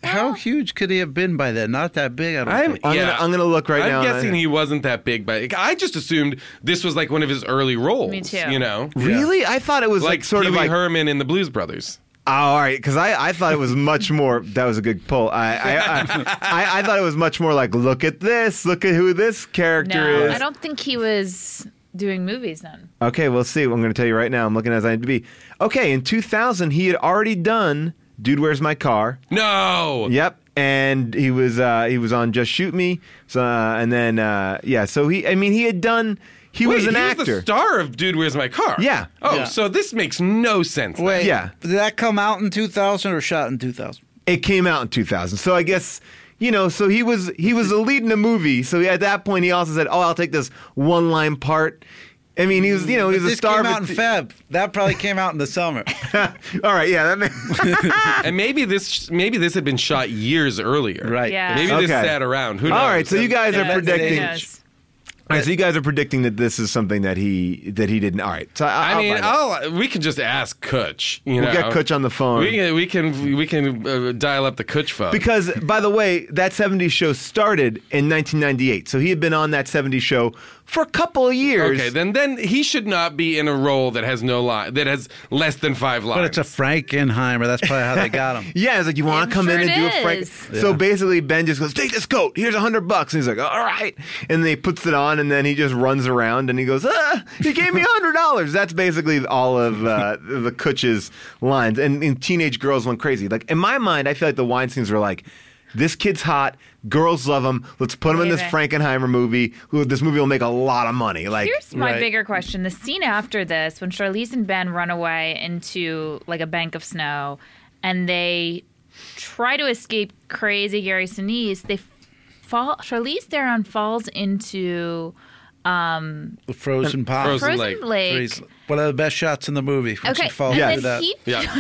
Speaker 5: how huge could he have been by then? Not that big. I don't
Speaker 3: I'm,
Speaker 5: think.
Speaker 1: I'm
Speaker 3: yeah.
Speaker 1: gonna- I'm gonna look right
Speaker 3: I'm
Speaker 1: now.
Speaker 3: guessing he wasn't that big, but I just assumed this was like one of his early roles.
Speaker 4: Me too.
Speaker 3: You know,
Speaker 1: Really? I thought it was like,
Speaker 3: like,
Speaker 1: sort
Speaker 3: Pee
Speaker 1: of
Speaker 3: Wee
Speaker 1: like
Speaker 3: Herman in the Blues Brothers.
Speaker 1: Oh, all right, because I, I thought it was much more. That was a good pull. I I,
Speaker 3: [LAUGHS]
Speaker 1: I, I I thought it was much more like, look at this, look at who this character
Speaker 4: No,
Speaker 1: is.
Speaker 4: I don't think he was doing movies then.
Speaker 1: Okay, we'll see. I'm going to tell you right now. I'm looking as I need to be. Okay, in 2000, he had already done "Dude, Where's My Car."
Speaker 3: No.
Speaker 1: Yep, and he was uh, he was on "Just Shoot Me." So, uh, and then uh, yeah, so he I mean he had done he
Speaker 3: Wait,
Speaker 1: was an
Speaker 3: he
Speaker 1: actor.
Speaker 3: was the star of Dude, Where's My Car?
Speaker 1: Yeah.
Speaker 3: Oh,
Speaker 5: Yeah.
Speaker 3: so this makes no sense. then.
Speaker 5: Wait,
Speaker 1: yeah.
Speaker 5: Did that come out in 2000 or shot in 2000?
Speaker 1: it came out in 2000 so i guess you know so he was he was the lead in the movie so at that point he also said oh i'll take this one line part i mean he was you know he was Oh, a
Speaker 5: This
Speaker 1: star
Speaker 5: came
Speaker 1: but-
Speaker 5: out in Feb. That probably came out in the summer.
Speaker 1: all right yeah that makes
Speaker 3: And maybe this maybe this had been shot years earlier.
Speaker 5: Right.
Speaker 4: Yeah.
Speaker 3: Maybe this
Speaker 1: Okay.
Speaker 3: sat around. Who knows?
Speaker 1: all right so you guys are
Speaker 5: Yeah, that's-
Speaker 1: predicting
Speaker 4: Who
Speaker 1: all
Speaker 4: knows?
Speaker 1: right so you guys are predicting that this is something that he that he didn't all right so i,
Speaker 3: I
Speaker 1: I'll
Speaker 3: mean, oh.
Speaker 1: buy that.
Speaker 3: I'll, we can just ask Kutch. You
Speaker 1: we'll
Speaker 3: know?
Speaker 1: get Kutch on the phone
Speaker 3: We can we can we can uh, dial up the Kutch phone.
Speaker 1: because by the way that 70s show started in 1998 so he had been on that 70s show for a couple of years
Speaker 3: okay, then then he should not be in a role that has no line that has less than five lines.
Speaker 5: But it's a Frankenheimer. That's probably how they
Speaker 1: [LAUGHS]
Speaker 5: got him.
Speaker 1: Yeah, it's like you want
Speaker 4: I'm
Speaker 1: to come
Speaker 4: sure
Speaker 1: in
Speaker 4: it
Speaker 1: and do a Frank.
Speaker 4: is.
Speaker 1: So basically, Ben just goes, "Take this coat. Here's a hundred bucks." And he's like, "All right." And then he puts it on, and then he just runs around and he goes, "Ah, he gave me a hundred dollars." That's basically all of uh, the Kutch's lines. And, and teenage girls went crazy. Like in my mind, I feel like the Weinstein's were like. This kid's hot. Girls love him. Let's put him in
Speaker 4: Wait a
Speaker 1: this
Speaker 4: minute.
Speaker 1: Frankenheimer movie. Who- This movie will make a lot of money. Like,
Speaker 4: Here's my
Speaker 5: Right.
Speaker 4: bigger question. The scene after this, when Charlize and Ben run away into like a bank of snow and they try to escape crazy Gary Sinise, they f- fall Charlize Theron falls into
Speaker 5: The frozen pop.
Speaker 3: Frozen-
Speaker 4: Frozen
Speaker 3: Lake.
Speaker 4: Lake.
Speaker 5: Freeze. One of the best shots in the movie. When
Speaker 4: Okay.
Speaker 5: She falls
Speaker 4: and
Speaker 5: into
Speaker 4: then
Speaker 5: that.
Speaker 4: he
Speaker 3: Yeah.
Speaker 4: [LAUGHS]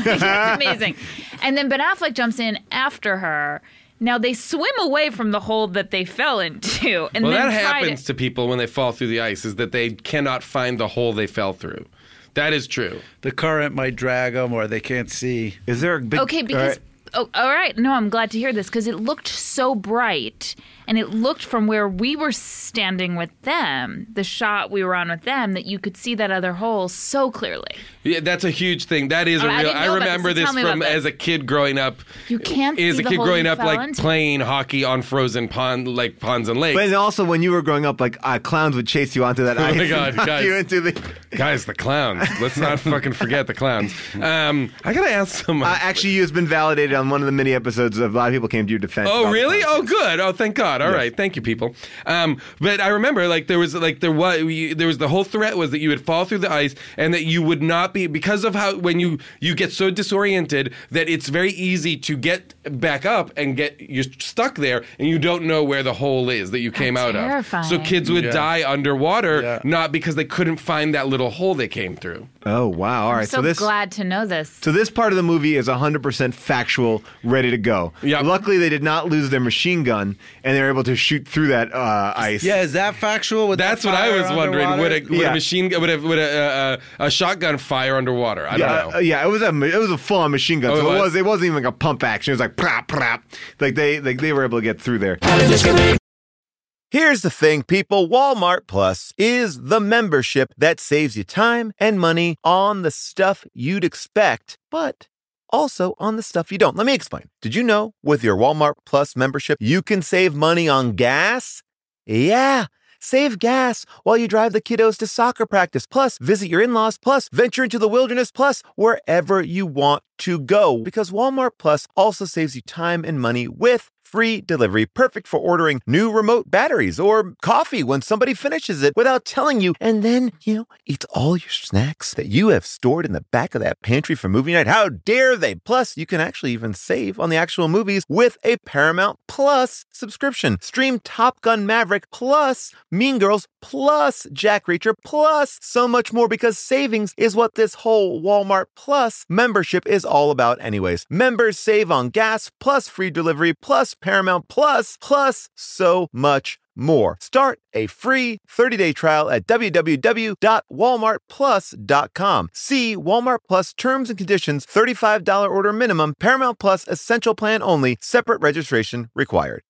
Speaker 4: it's amazing. And then Ben Affleck jumps in after her. Now they swim away from the hole that they fell into and
Speaker 3: well,
Speaker 4: then
Speaker 3: that
Speaker 4: try to-
Speaker 3: happens to people when they fall through the ice is that they cannot find the hole they fell through. That is true.
Speaker 5: the current might drag them or they can't see.
Speaker 1: is there a big
Speaker 4: Okay,
Speaker 1: all
Speaker 4: because
Speaker 1: right.
Speaker 4: oh, all right. No, I'm glad to hear this because it looked so bright, and it looked from where we were standing with them, the shot we were on with them, that you could see that other hole so clearly.
Speaker 3: Yeah, that's a huge thing. That is a
Speaker 4: Oh, I
Speaker 3: real.
Speaker 4: didn't
Speaker 3: I,
Speaker 4: know about
Speaker 3: remember
Speaker 4: this.
Speaker 3: this,
Speaker 4: Tell me
Speaker 3: from
Speaker 4: about this.
Speaker 3: as a kid growing up.
Speaker 4: You can't
Speaker 3: As
Speaker 4: see
Speaker 3: a
Speaker 4: the
Speaker 3: kid
Speaker 4: hole
Speaker 3: growing
Speaker 4: you
Speaker 3: up,
Speaker 4: fell
Speaker 3: like
Speaker 4: into.
Speaker 3: playing hockey on frozen pond, like ponds and lakes.
Speaker 1: But then also, when you were growing up, like uh, clowns would chase you
Speaker 3: [LAUGHS]
Speaker 1: onto that
Speaker 3: Oh my
Speaker 1: ice, and
Speaker 3: God,
Speaker 1: knock
Speaker 3: guys.
Speaker 1: you into the.
Speaker 3: Guys, the clowns. Let's not fucking forget the clowns. Um, I gotta ask someone.
Speaker 1: Uh, actually, you has been validated on one of the mini episodes of a lot of people came to your defense.
Speaker 3: Oh
Speaker 1: about the
Speaker 3: really? Oh
Speaker 1: concept.
Speaker 3: good. Oh thank God. All right. Thank you, people. Um, but I remember like there was like there was there was the whole threat was that you would fall through the ice and that you would not be because of how when you you get so disoriented that it's very easy to get back up and get you're stuck there and you don't know where the hole is that you came out
Speaker 4: terrifying.
Speaker 3: of. So kids would
Speaker 5: Yeah.
Speaker 3: die underwater
Speaker 5: Yeah.
Speaker 3: not because they couldn't find that little hole they came through.
Speaker 1: Oh wow! All right.
Speaker 4: so
Speaker 1: so this.
Speaker 4: glad to know this.
Speaker 1: so this part of the movie is 100% factual, ready to go.
Speaker 3: Yep.
Speaker 1: Luckily, they did not lose their machine gun, and they were able to shoot through that uh, ice.
Speaker 5: Yeah, is that factual? Would
Speaker 3: That's
Speaker 5: that
Speaker 3: what I
Speaker 5: fire
Speaker 3: was wondering. Would
Speaker 5: underwater?
Speaker 3: a, would
Speaker 1: Yeah.
Speaker 3: a machine gun- would a, would a, uh, a, a shotgun fire underwater? I don't
Speaker 1: Yeah,
Speaker 3: know.
Speaker 1: uh, yeah, it was a ma- it was a full on machine gun.
Speaker 3: Oh, it
Speaker 1: so it
Speaker 3: was?
Speaker 1: was it wasn't even like a pump action. It was like prop prop. Like they like they were able to get through there. Here's the thing, people. Walmart Plus is the membership that saves you time and money on the stuff you'd expect, but also on the stuff you don't. Let me explain. Did you know with your Walmart Plus membership, you can save money on gas? Yeah. Save gas while you drive the kiddos to soccer practice, plus visit your in laws, plus venture into the wilderness, plus wherever you want to go. Because Walmart Plus also saves you time and money with free delivery, perfect for ordering new remote batteries or coffee when somebody finishes it without telling you. And then, you know, eats all your snacks that you have stored in the back of that pantry for movie night. How dare they? Plus, you can actually even save on the actual movies with a Paramount Plus subscription. Stream Top Gun Maverick plus Mean Girls plus Jack Reacher plus so much more because savings is what this whole Walmart Plus membership is all about anyways. Members save on gas plus free delivery plus Paramount Plus plus so much
Speaker 8: more. Start a free 30-day trial at www.walmartplus.com. See Walmart Plus terms and conditions, $35 order minimum, Paramount Plus essential plan only, separate registration required.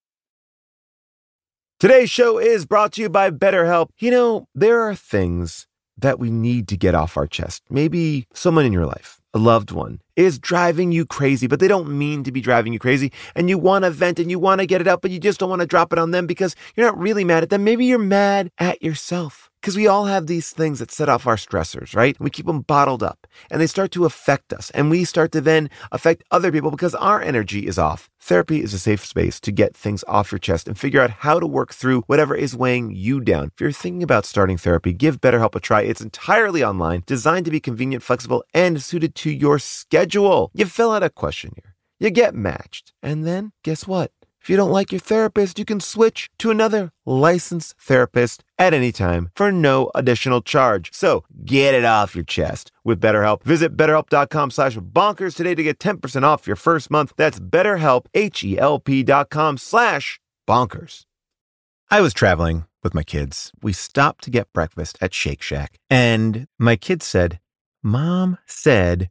Speaker 8: Today's show is brought to you by BetterHelp. You know, there are things that we need to get off our chest. Maybe someone in your life, a loved one, is driving you crazy, but they don't mean to be driving you crazy. And you want to vent and you want to get it out, but you just don't want to drop it on them because you're not really mad at them. Maybe you're mad at yourself. Because we all have these things that set off our stressors, right? We keep them bottled up and they start to affect us. And we start to then affect other people because our energy is off. Therapy is a safe space to get things off your chest and figure out how to work through whatever is weighing you down. If you're thinking about starting therapy, give BetterHelp a try. It's entirely online, designed to be convenient, flexible, and suited to your schedule. You fill out a questionnaire, you get matched, and then guess what? If you don't like your therapist, you can switch to another licensed therapist at any time for no additional charge. So get it off your chest with BetterHelp. Visit betterhelp.com slash bonkers today to get 10% off your first month. That's betterhelp, H-E-L-P dot com slash bonkers. I was traveling with my kids. We stopped to get breakfast at Shake Shack and my kids said, Mom said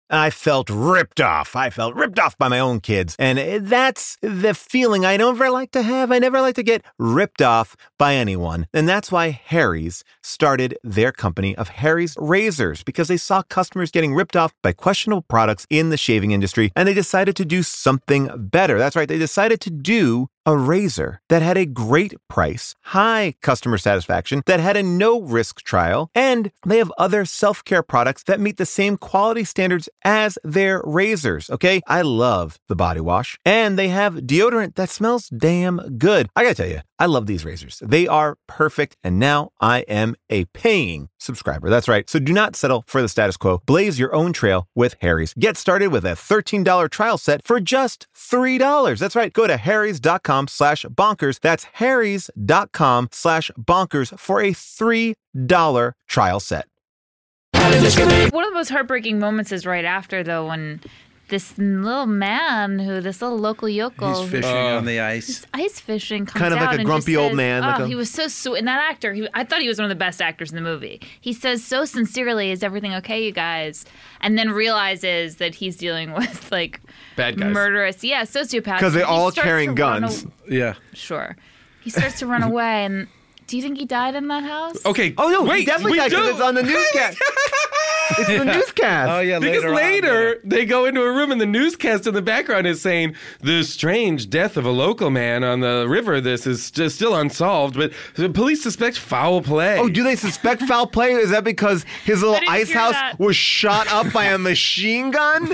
Speaker 8: I felt ripped off. I felt ripped off by my own kids. And eh, that's the feeling I never like to have. I never like to get ripped off by anyone. And that's why Harry's started their company of Harry's razors because they saw customers getting ripped off by questionable products in the shaving industry and they decided to do something better. That's right. They decided to do a razor that had a great price, high customer satisfaction, that had a no risk trial, and they have other self care products that meet the same quality standards as their razors. Okay, I love the body wash, and they have deodorant that smells damn good. I gotta tell you, I love these razors. They are perfect, and now I am a paying subscriber. That's right. So do not settle for the status quo. Blaze your own trail with Harry's. Get started with a $13 trial set for just $3. That's right. Go to harrys.com slash bonkers. That's harrys.com slash bonkers for a $3 trial set.
Speaker 4: [CLEARS THROAT] One of the most heartbreaking moments is right after, though, when this little man who, this little local yokel,
Speaker 5: He's
Speaker 4: who's
Speaker 5: fishing on the ice.
Speaker 4: ice fishing, comes
Speaker 8: Kind of
Speaker 4: out
Speaker 8: like
Speaker 4: and
Speaker 8: a
Speaker 4: just
Speaker 8: grumpy old
Speaker 4: says-
Speaker 8: man,
Speaker 4: Oh,
Speaker 8: like a-
Speaker 4: he was so sweet. And that actor, he, I thought he was one of the best actors in the movie. He says so sincerely, "Is everything okay, you guys?" And then realizes that he's dealing [LAUGHS] with like
Speaker 3: Bad guys.
Speaker 4: murderous, yeah, sociopaths.
Speaker 8: 'Cause they're
Speaker 4: He
Speaker 8: all
Speaker 4: starts to
Speaker 8: carrying
Speaker 4: run
Speaker 8: guns.
Speaker 4: a-
Speaker 5: Yeah.
Speaker 4: sure, he starts to
Speaker 8: [LAUGHS]
Speaker 4: run away. And do you think he died in that house?
Speaker 3: Okay.
Speaker 8: Oh, no, he
Speaker 3: Wait.
Speaker 8: definitely
Speaker 3: we
Speaker 8: died 'cause
Speaker 3: do-
Speaker 8: it's
Speaker 3: [LAUGHS]
Speaker 8: on the newscast. It's the newscast.
Speaker 5: Oh yeah.
Speaker 3: Because
Speaker 5: on,
Speaker 3: later,
Speaker 5: later.
Speaker 3: they go into a room and the newscast in the background is saying the strange death of a local man on the river. This is st- still unsolved, but the police suspect foul play.
Speaker 8: Oh, do they suspect foul play? Is that because his little
Speaker 4: didn't
Speaker 8: ice
Speaker 4: hear
Speaker 8: house
Speaker 4: that.
Speaker 8: was shot up by a
Speaker 3: [LAUGHS]
Speaker 8: machine gun?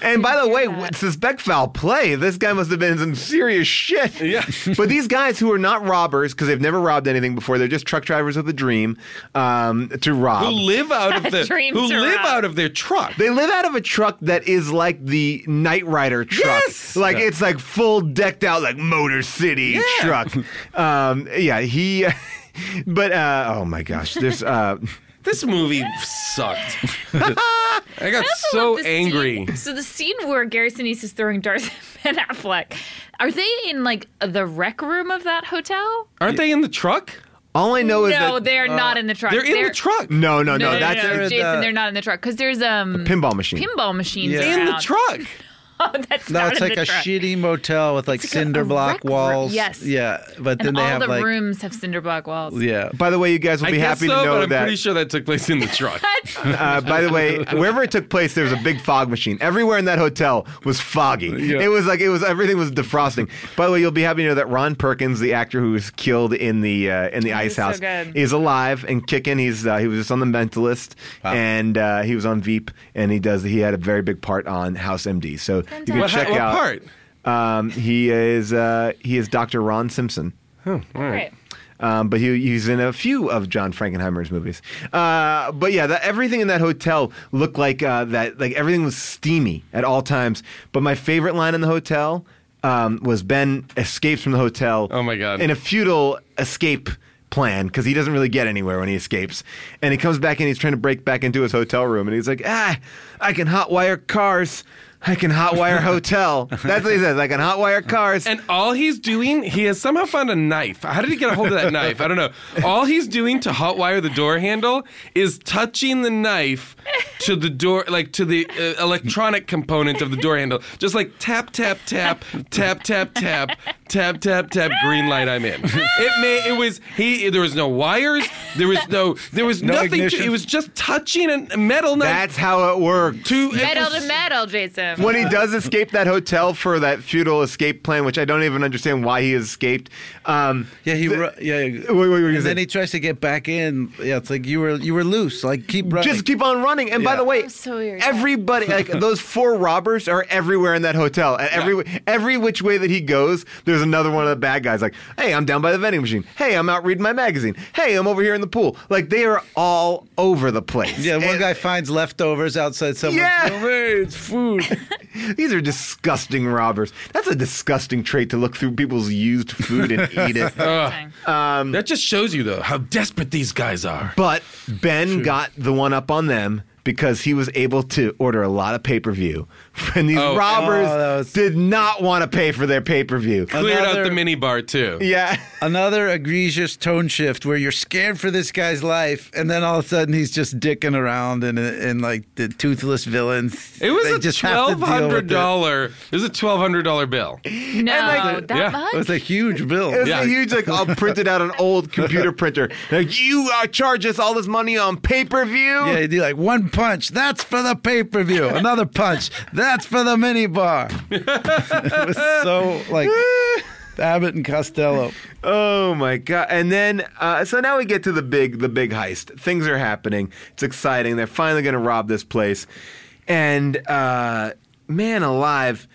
Speaker 8: And by the way, w- suspect foul play. This guy must have been in some serious shit.
Speaker 3: Yeah.
Speaker 8: [LAUGHS] but these guys who are not robbers because they've never robbed anything before, they're just truck drivers with a dream um, to rob.
Speaker 3: who live out of the
Speaker 4: Dreams
Speaker 3: who
Speaker 4: are
Speaker 3: live
Speaker 4: out.
Speaker 3: out of their truck?
Speaker 8: They live out of a truck that is like the Knight Rider truck.
Speaker 3: Yes!
Speaker 8: Like it's like full decked out like Motor City
Speaker 3: [LAUGHS]
Speaker 8: truck. Um, yeah, he. [LAUGHS] But uh, oh my gosh, there's. Uh,
Speaker 3: this movie sucked. I got so
Speaker 4: the
Speaker 3: angry.
Speaker 4: scene- so the scene where Gary Sinise is throwing darts [LAUGHS] at Ben Affleck, are they in like the rec room of that hotel?
Speaker 3: Aren't they in the truck?
Speaker 8: all
Speaker 3: [LAUGHS]
Speaker 8: I know is uh,
Speaker 4: no,
Speaker 8: that
Speaker 4: they're not in the truck.
Speaker 3: They're in the truck.
Speaker 8: No, no, no.
Speaker 4: No, no,
Speaker 8: that's
Speaker 4: no,
Speaker 5: They're
Speaker 4: Jason.
Speaker 5: the-
Speaker 4: they're not in the truck because there's um
Speaker 8: pinball machine.
Speaker 4: pinball machines
Speaker 5: Yeah.
Speaker 3: In the
Speaker 4: around.
Speaker 3: truck.
Speaker 4: Oh, [LAUGHS] that's
Speaker 5: No,
Speaker 4: not
Speaker 5: it's
Speaker 4: in
Speaker 5: like
Speaker 4: the
Speaker 5: a
Speaker 4: truck.
Speaker 5: shitty motel with like
Speaker 4: It's like a-
Speaker 5: cinder
Speaker 4: a
Speaker 5: block
Speaker 4: rec room.
Speaker 5: walls.
Speaker 4: Yes.
Speaker 5: Yeah, but then
Speaker 4: And
Speaker 5: they
Speaker 4: all
Speaker 5: have
Speaker 4: the
Speaker 5: like
Speaker 4: rooms have cinder block walls.
Speaker 5: yeah.
Speaker 8: By the way, you guys will
Speaker 3: I
Speaker 8: be
Speaker 3: guess
Speaker 8: happy
Speaker 3: so,
Speaker 8: to know
Speaker 3: but I'm
Speaker 8: that.
Speaker 3: pretty sure that took place in the truck.
Speaker 8: uh, by the
Speaker 3: [LAUGHS]
Speaker 8: way, wherever it took place, there was a big fog machine. Everywhere in that hotel was foggy. It was like it was everything was defrosting. By the way, you'll be happy to know that Ron Perkins, the actor who was killed in the uh, in the ice
Speaker 4: so
Speaker 8: house,
Speaker 4: good.
Speaker 8: is alive and kicking. He's uh, he was just on The Mentalist, and uh, he was on Veep, and he does he had a very big part on House MD. So you can
Speaker 3: what,
Speaker 8: check
Speaker 3: what
Speaker 8: out.
Speaker 3: part?
Speaker 8: Um, he is uh, he is Dr. Ron Simpson.
Speaker 4: Right.
Speaker 8: Um, but he, he's in a few of John Frankenheimer's movies. Uh, but yeah, that, everything in that hotel looked like uh, that. Like everything was steamy at all times. But my favorite line in the hotel um, was Ben escapes from the hotel.
Speaker 3: Oh my God.
Speaker 8: In a futile escape
Speaker 1: plan because he doesn't really get anywhere when he escapes. And he comes back and he's trying to break back into his hotel room and he's like, ah, I can hotwire cars. I can hotwire [LAUGHS] hotel. That's what he says. I can hotwire cars.
Speaker 3: And all he's doing, he has somehow found a knife. How did he get a hold of that knife? I don't know. All he's doing to hotwire the door handle is touching the knife to the door, like to the uh, electronic component of the door handle. Just like tap, tap, tap, tap, tap, tap, tap, tap, tap. Green light, I'm in. It may. It was he. There was no wires. There was no. There was
Speaker 5: No
Speaker 3: nothing. To,
Speaker 5: ignition.
Speaker 3: it was just touching a metal knife.
Speaker 1: That's how it worked.
Speaker 3: to it
Speaker 4: Metal
Speaker 3: was-
Speaker 4: to metal, Jason.
Speaker 1: when he does escape that hotel for that futile escape plan, which I don't even understand why he escaped. Um,
Speaker 5: Yeah, he.
Speaker 1: the-
Speaker 5: ru- yeah,
Speaker 1: Wait, wait, wait,
Speaker 5: and
Speaker 1: is
Speaker 5: then
Speaker 1: it-
Speaker 5: he tries to get back in. Yeah, it's like you were you were loose. Like keep running.
Speaker 1: just keep on running. And by
Speaker 5: Yeah.
Speaker 1: the way,
Speaker 4: I'm so irritated.
Speaker 1: everybody,
Speaker 5: [LAUGHS]
Speaker 1: like those four robbers, are everywhere in that hotel. And every every which way that he goes, there's another one of the bad guys. Like, hey, I'm down by the vending machine. Hey, I'm out reading my magazine. Hey, I'm over here in the pool. Like they are all over the place.
Speaker 5: yeah, one
Speaker 1: And
Speaker 5: guy finds leftovers outside someone's
Speaker 1: Yeah.
Speaker 5: room. Hey, it's [LAUGHS] food.
Speaker 1: These are disgusting robbers. That's a disgusting trait to look through people's used food and eat
Speaker 5: [LAUGHS]
Speaker 1: it.
Speaker 5: Uh, Um,
Speaker 3: That just shows you though how desperate these guys are.
Speaker 1: But Ben got the one up on them because he was able to order a lot of pay per view. [LAUGHS] And these
Speaker 3: Oh.
Speaker 1: robbers
Speaker 5: Oh, that was-
Speaker 1: did not want to pay for their pay per view.
Speaker 3: Cleared out
Speaker 5: Another-
Speaker 3: the mini bar too. [LAUGHS]
Speaker 1: Yeah.
Speaker 5: Another egregious tone shift where you're scared for this guy's life, and then all of a sudden he's just dicking around and and like the toothless villains.
Speaker 3: It was
Speaker 5: they
Speaker 3: a
Speaker 5: just have to
Speaker 3: twelve
Speaker 5: deal
Speaker 3: hundred
Speaker 5: with it.
Speaker 3: dollar. It was a twelve hundred dollar bill.
Speaker 4: no, that
Speaker 3: yeah.
Speaker 5: It
Speaker 4: much.
Speaker 5: was a huge bill.
Speaker 1: It was
Speaker 3: Yeah.
Speaker 1: a huge, like, all printed out an old
Speaker 3: [LAUGHS]
Speaker 1: computer printer. Like, you uh, charge us all this money on pay per view?
Speaker 5: Yeah, you do like one punch. That's for the pay per view. Another punch. That's for the mini bar. [LAUGHS] it was so like Abbott and Costello.
Speaker 1: Oh my god! And then, uh, so now we get to the big, the big heist. Things are happening. It's exciting. They're finally going to rob this place. And uh, man, alive!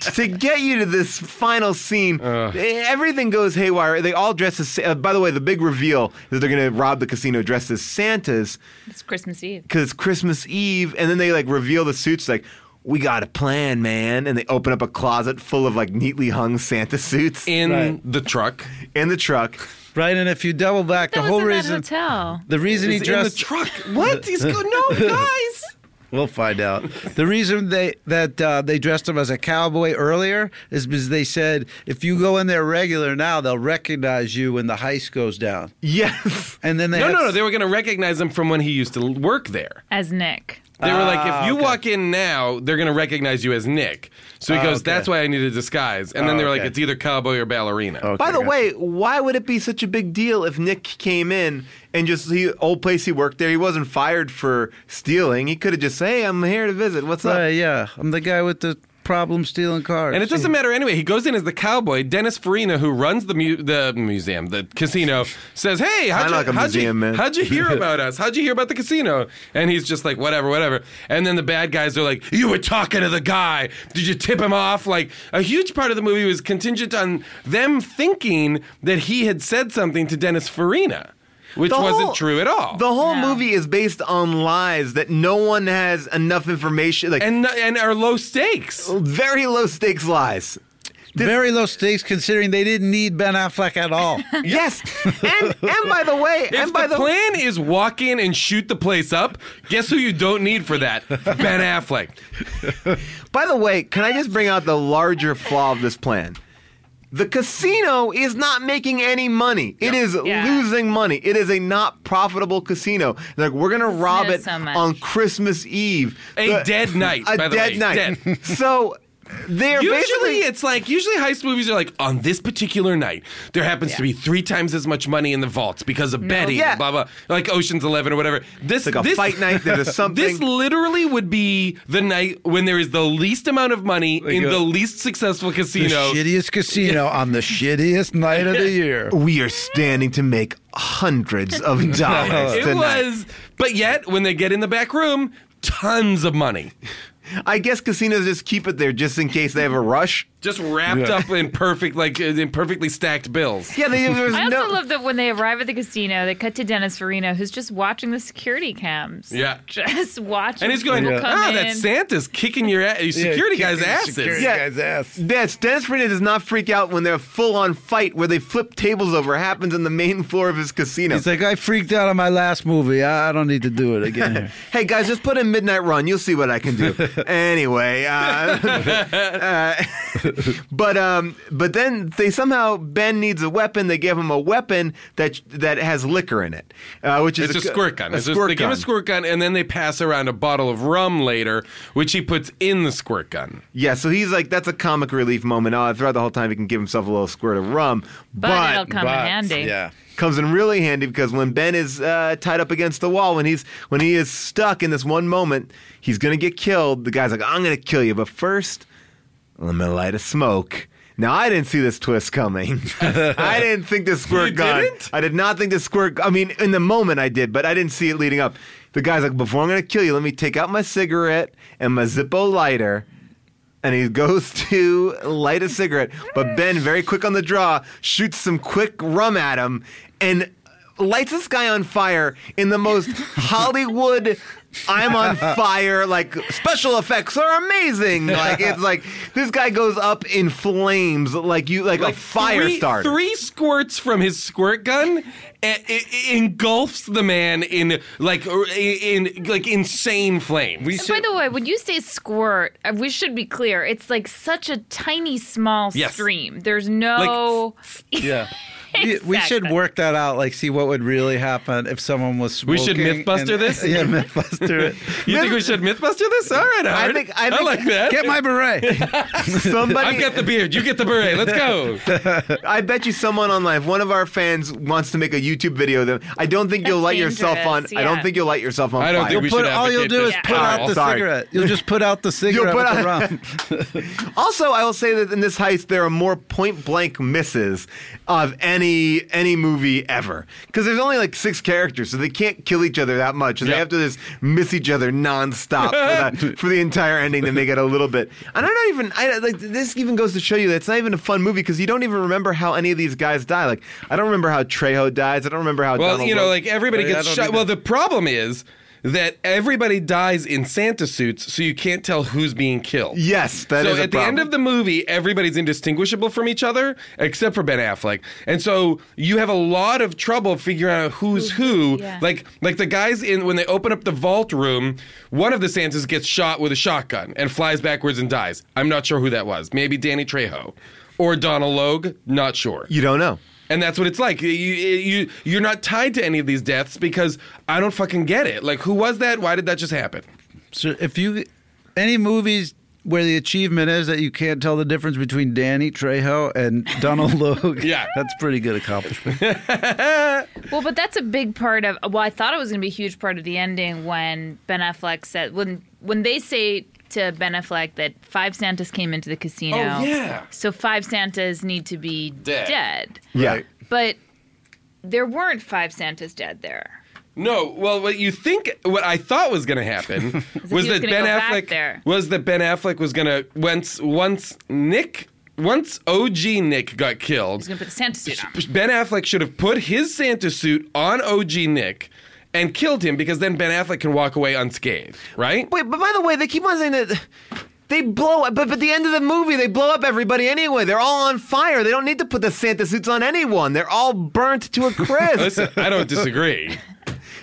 Speaker 1: to get you to this final scene, everything goes haywire. They all dress as. Uh, by the way, the big reveal is they're going to rob the casino dressed as Santas
Speaker 4: It's Christmas Eve.
Speaker 1: because it's Christmas Eve, and then they like reveal the suits like. We got a plan, man. And they open up a closet full of like neatly hung Santa suits
Speaker 3: in
Speaker 5: Right.
Speaker 3: the truck.
Speaker 1: in the truck.
Speaker 5: Right, and if you double back,
Speaker 4: That
Speaker 5: the whole
Speaker 4: was in
Speaker 5: reason
Speaker 4: that hotel.
Speaker 5: the reason he
Speaker 3: It's in the
Speaker 5: dressed [LAUGHS]
Speaker 3: truck. What? He's good. No, guys.
Speaker 5: We'll find out. The reason they that uh, they dressed him as a cowboy earlier is because they said if you go in there regular now, they'll recognize you when the heist goes down.
Speaker 1: Yes.
Speaker 5: And then they
Speaker 3: No,
Speaker 5: had-
Speaker 3: no, no. They were going to recognize him from when he used to work there.
Speaker 4: As Nick.
Speaker 3: They were like, if
Speaker 5: Ah,
Speaker 3: you
Speaker 5: okay.
Speaker 3: walk in now, they're going to recognize you as Nick. So he
Speaker 5: Ah,
Speaker 3: goes,
Speaker 5: okay.
Speaker 3: that's why I need a disguise. And then
Speaker 5: Ah,
Speaker 3: they were like,
Speaker 5: okay.
Speaker 3: it's either cowboy or ballerina.
Speaker 5: Okay,
Speaker 1: By the
Speaker 5: gotcha.
Speaker 1: way, why would it be such a big deal if Nick came in and just the old place he worked there, he wasn't fired for stealing. He could have just said, "Hey, I'm here to visit. What's
Speaker 5: Right,
Speaker 1: up?"
Speaker 5: yeah, I'm the guy with the problem stealing cars.
Speaker 3: And it doesn't matter anyway. He goes in as the cowboy. Dennis Farina, who runs the mu- the museum, the casino, says, "Hey, how'd you,
Speaker 1: like a
Speaker 3: how'd, you,
Speaker 1: museum, man."
Speaker 3: how'd
Speaker 1: [LAUGHS]
Speaker 3: you hear about us? How'd you hear about the casino?" And he's just like, "Whatever, whatever." And then the bad guys are like, "You were talking to the guy. Did you tip him off?" Like a huge part of the movie was contingent on them thinking that he had said something to Dennis Farina, which
Speaker 1: The
Speaker 3: wasn't
Speaker 1: whole-
Speaker 3: true at all.
Speaker 1: The whole
Speaker 4: No.
Speaker 1: movie is based on lies that no one has enough information like
Speaker 3: and and are low stakes.
Speaker 1: very low stakes lies.
Speaker 5: Very low stakes considering they didn't need Ben Affleck
Speaker 3: [LAUGHS]
Speaker 5: at all.
Speaker 1: Yes. and and by the way,
Speaker 3: If
Speaker 1: and by the
Speaker 3: the, plan is walk in and shoot the place up, guess who you don't need for that? Ben Affleck.
Speaker 1: By the way, can I just bring out the larger flaw of this plan? The casino is not making any money. It is
Speaker 4: Yeah.
Speaker 1: losing money. It is a not profitable casino. They're like we're gonna rob
Speaker 4: not
Speaker 1: it
Speaker 4: so much.
Speaker 1: on Christmas Eve.
Speaker 3: A dead night,
Speaker 1: A
Speaker 3: by the
Speaker 1: dead
Speaker 3: way.
Speaker 1: night.
Speaker 3: Dead.
Speaker 1: [LAUGHS] so they're [LAUGHS]
Speaker 3: Usually
Speaker 1: basically
Speaker 3: it's like usually heist movies are like on this particular night there happens to be three times as much money in the vaults because of betting
Speaker 1: Yeah.
Speaker 3: blah blah like Ocean's Eleven or whatever. This
Speaker 1: like a
Speaker 3: this,
Speaker 1: fight night. There's something.
Speaker 3: [LAUGHS] This literally would be the night when there is the least amount of money in
Speaker 5: a-
Speaker 3: the least successful
Speaker 5: the
Speaker 3: casino.
Speaker 5: shittiest casino on the shittiest
Speaker 3: [LAUGHS]
Speaker 5: night of the year.
Speaker 1: we are standing to make hundreds of dollars
Speaker 3: [LAUGHS] it
Speaker 1: tonight.
Speaker 3: was, but yet when they get in the back room, tons of money.
Speaker 1: I guess casinos just keep it there just in case they have a rush.
Speaker 3: just wrapped up in perfect, like uh, in perfectly stacked
Speaker 1: [LAUGHS]
Speaker 3: bills.
Speaker 1: Yeah, they, there was
Speaker 4: I also
Speaker 1: [LAUGHS] no.
Speaker 4: love that when they arrive at the casino, they cut to Dennis Farina, who's just watching the security cams.
Speaker 3: Yeah.
Speaker 4: [LAUGHS] Just watching.
Speaker 3: And he's going,
Speaker 4: people come
Speaker 3: ah,
Speaker 4: in.
Speaker 3: that Santa's kicking your ass, security guy's asses.
Speaker 5: Security
Speaker 1: Yeah.
Speaker 5: guy's ass.
Speaker 1: Yes, Dennis Farina does not freak out when their full-on fight where they flip tables over happens on the main floor of his casino.
Speaker 5: He's like, I freaked out on my last movie. I, I don't need to do it again. here."
Speaker 1: hey guys, just put in Midnight Run. You'll see what I
Speaker 3: [LAUGHS]
Speaker 1: can do. anyway, uh, uh, [LAUGHS] but um, but then they somehow Ben needs a weapon. They give him a weapon that that has liquor in it, uh, which is
Speaker 3: It's a
Speaker 1: gu-
Speaker 3: squirt gun.
Speaker 1: A
Speaker 3: It's just-
Speaker 1: squirt
Speaker 3: they give him
Speaker 1: gun.
Speaker 3: a squirt gun, and then they pass around a bottle of rum later, which he puts in the squirt gun.
Speaker 1: Yeah, so he's like that's a comic relief moment. Uh, throughout the whole time, he can give himself a little squirt of rum,
Speaker 4: But, it'll come in handy.
Speaker 5: Yeah.
Speaker 1: comes in really handy because when Ben is uh, tied up against the wall, when he's when he is stuck in this one moment, he's gonna get killed. The guy's like, "I'm gonna kill you," but first, let me light a smoke. Now I didn't see this twist
Speaker 3: [LAUGHS]
Speaker 1: coming. I didn't think this squirt
Speaker 3: You
Speaker 1: gun.
Speaker 3: didn't?
Speaker 1: I did not think this squirt. I mean, in the moment I did, but I didn't see it leading up. The guy's like, "Before I'm gonna kill you, let me take out my cigarette and my Zippo lighter." and he goes [LAUGHS] to light a cigarette, but Ben, very quick on the draw, shoots some quick rum at him and lights this guy on fire in the
Speaker 3: [LAUGHS]
Speaker 1: most Hollywood. I'm on fire. Like special effects are amazing. Like it's like this guy goes up in flames, like you, like, a fire
Speaker 3: three,
Speaker 1: starter.
Speaker 3: Three [LAUGHS] squirts from his squirt gun eh, it, it engulfs the man in like er, in in, like insane flame.
Speaker 5: We
Speaker 4: By the way, when you say squirt, uh, we should be clear. It's like such a tiny, small
Speaker 3: Yes.
Speaker 4: stream. There's no. [LAUGHS]
Speaker 5: Yeah. We- We should
Speaker 4: Exactly.
Speaker 5: work that out, like see what would really happen if someone was
Speaker 3: We
Speaker 5: smoking.
Speaker 3: should Mythbuster
Speaker 5: and-
Speaker 3: this?
Speaker 5: [LAUGHS] Yeah, Mythbuster it.
Speaker 3: You think we should MythBuster this? All right, Howard.
Speaker 1: think- I think-
Speaker 3: like that.
Speaker 5: Get my beret.
Speaker 1: [LAUGHS] Somebody,
Speaker 3: I've got the beard. You get the beret. Let's
Speaker 1: [LAUGHS]
Speaker 3: go.
Speaker 1: I bet you someone online, if one of our fans wants to make a YouTube video, then I don't think you'll
Speaker 4: That's
Speaker 1: light yourself on.
Speaker 4: dangerous,
Speaker 1: I
Speaker 4: yeah.
Speaker 1: don't think you'll light yourself on
Speaker 3: I don't
Speaker 1: fire.
Speaker 3: think we
Speaker 5: Put,
Speaker 3: should
Speaker 5: all you'll
Speaker 3: advocate
Speaker 5: do
Speaker 3: this
Speaker 5: is
Speaker 4: at
Speaker 5: put out
Speaker 1: all.
Speaker 5: the
Speaker 1: Sorry.
Speaker 5: cigarette. You'll just put
Speaker 3: [LAUGHS]
Speaker 5: out the cigarette
Speaker 1: put
Speaker 5: with the
Speaker 1: out-
Speaker 5: rum.
Speaker 1: Also, I will say that in this heist, there are more point blank misses of any any movie ever because there's only like six characters, so they can't kill each other that much. So They
Speaker 3: Yeah.
Speaker 1: have to just miss each other nonstop for,
Speaker 3: [LAUGHS]
Speaker 1: that, for the entire ending to make it a little bit. And I'm not even I like this even goes to show you that it's not even a fun movie because you don't even remember how any of these guys die. Like I don't remember how Trejo dies. I don't remember how.
Speaker 3: Well,
Speaker 1: Donald
Speaker 3: you know,
Speaker 1: Logue-
Speaker 3: like everybody
Speaker 5: Yeah, I
Speaker 3: gets
Speaker 5: don't
Speaker 3: shot.
Speaker 5: either.
Speaker 3: Well, the problem is that everybody dies in Santa suits, so you can't tell who's being killed.
Speaker 1: yes, that is
Speaker 3: so
Speaker 1: a
Speaker 3: at the end
Speaker 1: problem.
Speaker 3: of the movie, everybody's indistinguishable from each other except for Ben Affleck, and so you have a lot of trouble figuring out who's who.
Speaker 4: yeah.
Speaker 3: Like like the guys in when they open up the vault room, one of the Santas gets shot with a shotgun and flies backwards and dies. I'm not sure who that was. Maybe Danny Trejo or Donald Logue. Not sure.
Speaker 1: you don't know.
Speaker 3: And that's what it's like. You, you, you're not tied to any of these deaths because I don't fucking get it. Like, who was that? Why did that just happen?
Speaker 5: So if you any movies where the achievement is that you can't tell the difference between Danny Trejo and Donald [LAUGHS] Logue,
Speaker 3: Yeah.
Speaker 5: that's pretty good accomplishment.
Speaker 4: Well, but that's a big part of. Well, I thought it was going to be a huge part of the ending when Ben Affleck said when when they say to Ben Affleck that five Santas came into the casino.
Speaker 3: Oh, yeah.
Speaker 4: So five Santas need to be
Speaker 3: Dead.
Speaker 4: dead.
Speaker 1: Yeah.
Speaker 4: But there weren't five Santas dead there.
Speaker 3: No, well, what you think, what I thought was going to
Speaker 4: [LAUGHS]
Speaker 3: happen was
Speaker 4: he was
Speaker 3: that
Speaker 4: gonna
Speaker 3: Ben
Speaker 4: go back
Speaker 3: Affleck
Speaker 4: there.
Speaker 3: was that Ben Affleck was going to once once Nick once OG Nick got killed,
Speaker 4: He's going to put the Santa suit on.
Speaker 3: Ben Affleck should have put his Santa suit on OG Nick and killed him because then Ben Affleck can walk away unscathed,
Speaker 4: [LAUGHS]
Speaker 3: right?
Speaker 1: Wait, but by the way, they keep on saying that they blow up, but but at the end of the movie, they blow up everybody anyway. They're all on fire. They don't need to put the Santa suits on anyone. They're all burnt to a
Speaker 3: [LAUGHS]
Speaker 1: crisp.
Speaker 3: Listen, I don't disagree.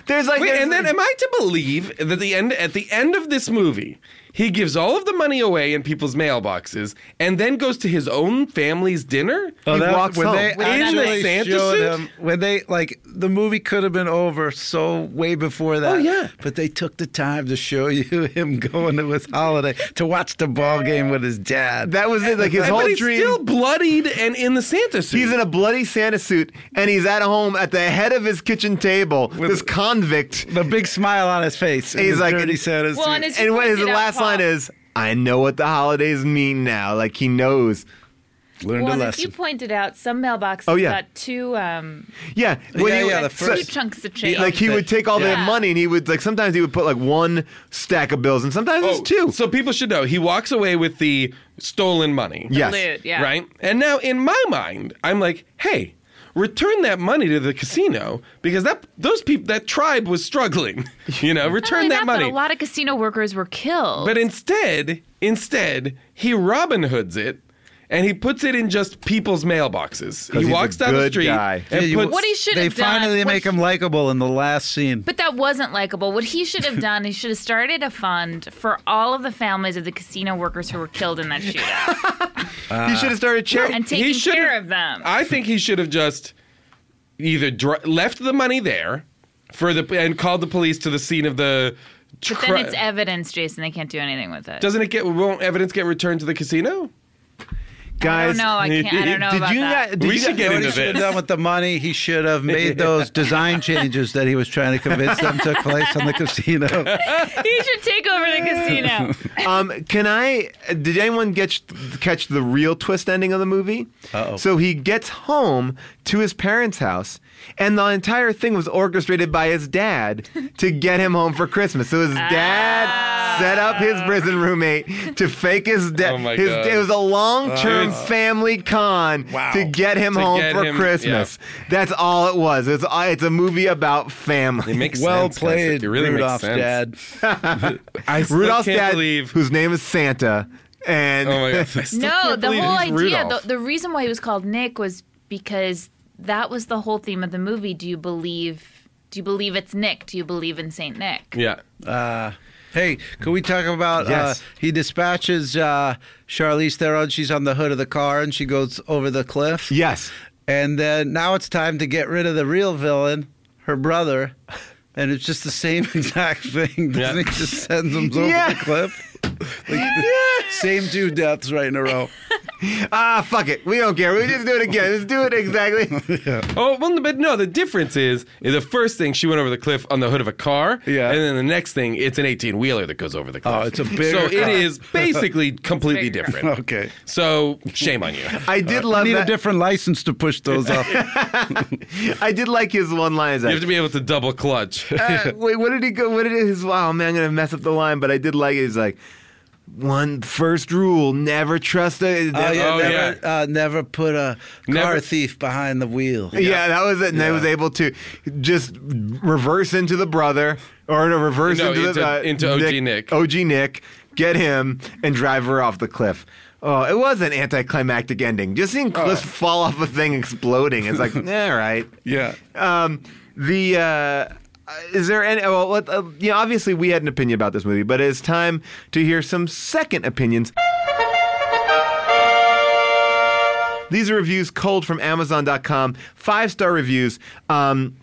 Speaker 1: There's like,
Speaker 3: Wait,
Speaker 1: there's-
Speaker 3: and then am I to believe that the end at the end of this movie, he gives all of the money away in people's mailboxes and then goes to his own family's dinner?
Speaker 1: He walks
Speaker 5: Oh, when
Speaker 1: home.
Speaker 5: they
Speaker 1: In the
Speaker 5: actually
Speaker 3: Santa
Speaker 5: showed
Speaker 3: suit?
Speaker 5: him when they like the movie could have been over so way before that.
Speaker 3: Oh, yeah.
Speaker 5: but they took the time to show [LAUGHS] you him going to his holiday to watch the ball game with his
Speaker 1: [LAUGHS]
Speaker 5: dad.
Speaker 1: that was it. Like his
Speaker 3: but
Speaker 1: whole
Speaker 3: he's
Speaker 1: dream.
Speaker 3: [LAUGHS] still bloodied and in the Santa suit.
Speaker 1: He's in a bloody Santa suit, and he's at home at the head of his kitchen table. this convict,
Speaker 5: the big smile on his face.
Speaker 1: He's
Speaker 5: He's
Speaker 1: like-
Speaker 5: like dirty Santa's
Speaker 4: Well,
Speaker 5: suit.
Speaker 4: and it's-
Speaker 1: and what his
Speaker 4: pointed out,
Speaker 1: last line
Speaker 4: Paul.
Speaker 1: is, "I know what the holidays mean now." Like he knows.
Speaker 5: Learned
Speaker 4: well,
Speaker 5: a
Speaker 4: and as
Speaker 5: lesson.
Speaker 4: you pointed out, some mailboxes
Speaker 1: Oh, yeah.
Speaker 4: got two um,
Speaker 1: Yeah, when
Speaker 5: Yeah,
Speaker 1: he-
Speaker 5: yeah, the
Speaker 4: two
Speaker 5: first-
Speaker 4: chunks of change.
Speaker 1: He- like he would take all
Speaker 4: Yeah.
Speaker 1: that money and he would like sometimes he would put like one stack of bills and sometimes it's two.
Speaker 3: Oh, So people should know he walks away with the stolen money.
Speaker 1: yes.
Speaker 4: loot, yeah.
Speaker 3: Right? And now in my mind, I'm like, hey, return that money to the casino because that those people that tribe was struggling. [LAUGHS] You know,
Speaker 4: Not
Speaker 3: return
Speaker 4: only
Speaker 3: that, money.
Speaker 4: But a lot of casino workers were killed.
Speaker 3: But instead, instead, he Robin Hoods it and he puts it in just people's mailboxes. He
Speaker 1: he's a
Speaker 3: walks down the
Speaker 1: good
Speaker 3: street
Speaker 1: guy.
Speaker 3: and
Speaker 5: Yeah, you-
Speaker 3: puts
Speaker 4: what he should
Speaker 5: They
Speaker 4: have done.
Speaker 5: finally
Speaker 4: what
Speaker 5: make
Speaker 4: he-
Speaker 5: him likable in the last scene.
Speaker 4: But that wasn't likable. What
Speaker 3: [LAUGHS]
Speaker 4: he should have done, he should have started a fund for all of the families of the casino workers who were killed in that shootout
Speaker 1: he should have started charity.
Speaker 4: and taking
Speaker 3: should
Speaker 4: care
Speaker 3: have-
Speaker 4: of them.
Speaker 3: I think he should have just either dr- left the money there for the and called the police to the scene of the. Tr-
Speaker 4: then it's evidence, Jason. They can't do anything with it.
Speaker 3: Doesn't it get? Won't evidence get returned to the casino?
Speaker 4: I don't
Speaker 1: Guys,
Speaker 4: know. I can't. I don't know
Speaker 1: did
Speaker 4: about
Speaker 1: you
Speaker 4: that.
Speaker 1: not? Did
Speaker 3: We
Speaker 1: you
Speaker 3: should
Speaker 1: not-
Speaker 3: get
Speaker 5: What
Speaker 3: into
Speaker 5: he should have
Speaker 3: this.
Speaker 5: done with the money, he
Speaker 3: [LAUGHS]
Speaker 5: should have made those design changes that he was trying to convince them took place on the casino.
Speaker 4: [LAUGHS] he should take over the casino.
Speaker 1: Um, can I? Did anyone get catch the real twist ending of the movie?
Speaker 5: Uh-oh.
Speaker 1: So he gets home to his parents' house, and the entire thing was orchestrated by his dad to get him home for Christmas. So his dad set up his prison roommate to fake his death.
Speaker 3: Oh my
Speaker 1: his,
Speaker 3: God.
Speaker 1: It was a long-term
Speaker 3: It's-
Speaker 1: family con to get him
Speaker 3: To
Speaker 1: home
Speaker 3: get
Speaker 1: for
Speaker 3: him-
Speaker 1: Christmas. That's all it was. It's it's a movie about family.
Speaker 3: It makes
Speaker 5: well
Speaker 3: sense, guys.
Speaker 5: played,
Speaker 3: It really makes
Speaker 5: Rudolph's
Speaker 3: sense.
Speaker 5: dad.
Speaker 3: I still
Speaker 1: Rudolph's
Speaker 3: can't
Speaker 1: dad,
Speaker 3: believe.
Speaker 1: whose name is Santa, and [LAUGHS]
Speaker 3: Oh my god! I still
Speaker 4: no,
Speaker 3: can't
Speaker 4: the
Speaker 3: believe
Speaker 4: whole
Speaker 3: he's
Speaker 4: idea,
Speaker 3: Rudolph.
Speaker 4: the, the reason why he was called Nick was because that was the whole theme of the movie. Do you believe? Do you believe it's Nick? Do you believe in Saint Nick?
Speaker 3: yeah.
Speaker 5: Hey, can we talk about?
Speaker 1: Yes.
Speaker 5: Uh, he dispatches uh, Charlize Theron. She's on the hood of the car and she goes over the cliff.
Speaker 1: yes.
Speaker 5: And then now it's time to get rid of the real villain, her brother. And it's just the same [LAUGHS] exact thing.
Speaker 3: Yeah.
Speaker 5: Doesn't he just sends them over
Speaker 1: Yeah.
Speaker 5: the cliff? Like the Same two deaths right in a row.
Speaker 1: ah, fuck it. We don't care. We just do it again. Let's do it exactly.
Speaker 3: Oh well, but no. The difference is, is the first thing she went over the cliff on the hood of a car.
Speaker 5: Yeah.
Speaker 3: And then the next thing, it's an eighteen wheeler that goes over the cliff.
Speaker 5: Oh, it's a bigger
Speaker 3: So it
Speaker 5: car. [LAUGHS]
Speaker 3: is basically completely
Speaker 4: Bigger.
Speaker 3: different.
Speaker 5: Okay.
Speaker 3: So shame on you.
Speaker 5: [LAUGHS]
Speaker 1: I did love
Speaker 5: Need
Speaker 1: that.
Speaker 5: a different license to push those [LAUGHS] off.
Speaker 1: I did like his one line.
Speaker 3: You have to be able to double
Speaker 5: [LAUGHS]
Speaker 3: clutch.
Speaker 1: uh, wait, what did he go? What did his? Wow, man, I'm gonna mess up the line, but I did like it. He's like, one first rule: never trust a.
Speaker 5: Oh, yeah,
Speaker 3: Oh,
Speaker 5: never, Uh, never put a car
Speaker 3: Never-
Speaker 5: thief behind the wheel.
Speaker 1: Yeah, that was it. And I was able to just reverse into the brother, or to reverse
Speaker 3: No,
Speaker 1: into,
Speaker 3: into-
Speaker 1: the, uh,
Speaker 3: into OG Nick.
Speaker 1: OG Nick, get him, and drive her off the cliff. Oh, it was an anticlimactic ending. Just seeing
Speaker 3: Oh.
Speaker 1: Cliff fall off a thing exploding. It's
Speaker 3: [LAUGHS]
Speaker 1: like, all right.
Speaker 5: Yeah.
Speaker 1: Um, the uh, is there any? Well, let, uh, you know, obviously we had an opinion about this movie, but it's time to hear some second opinions. These are reviews cold from Amazon.com, five star reviews. Um,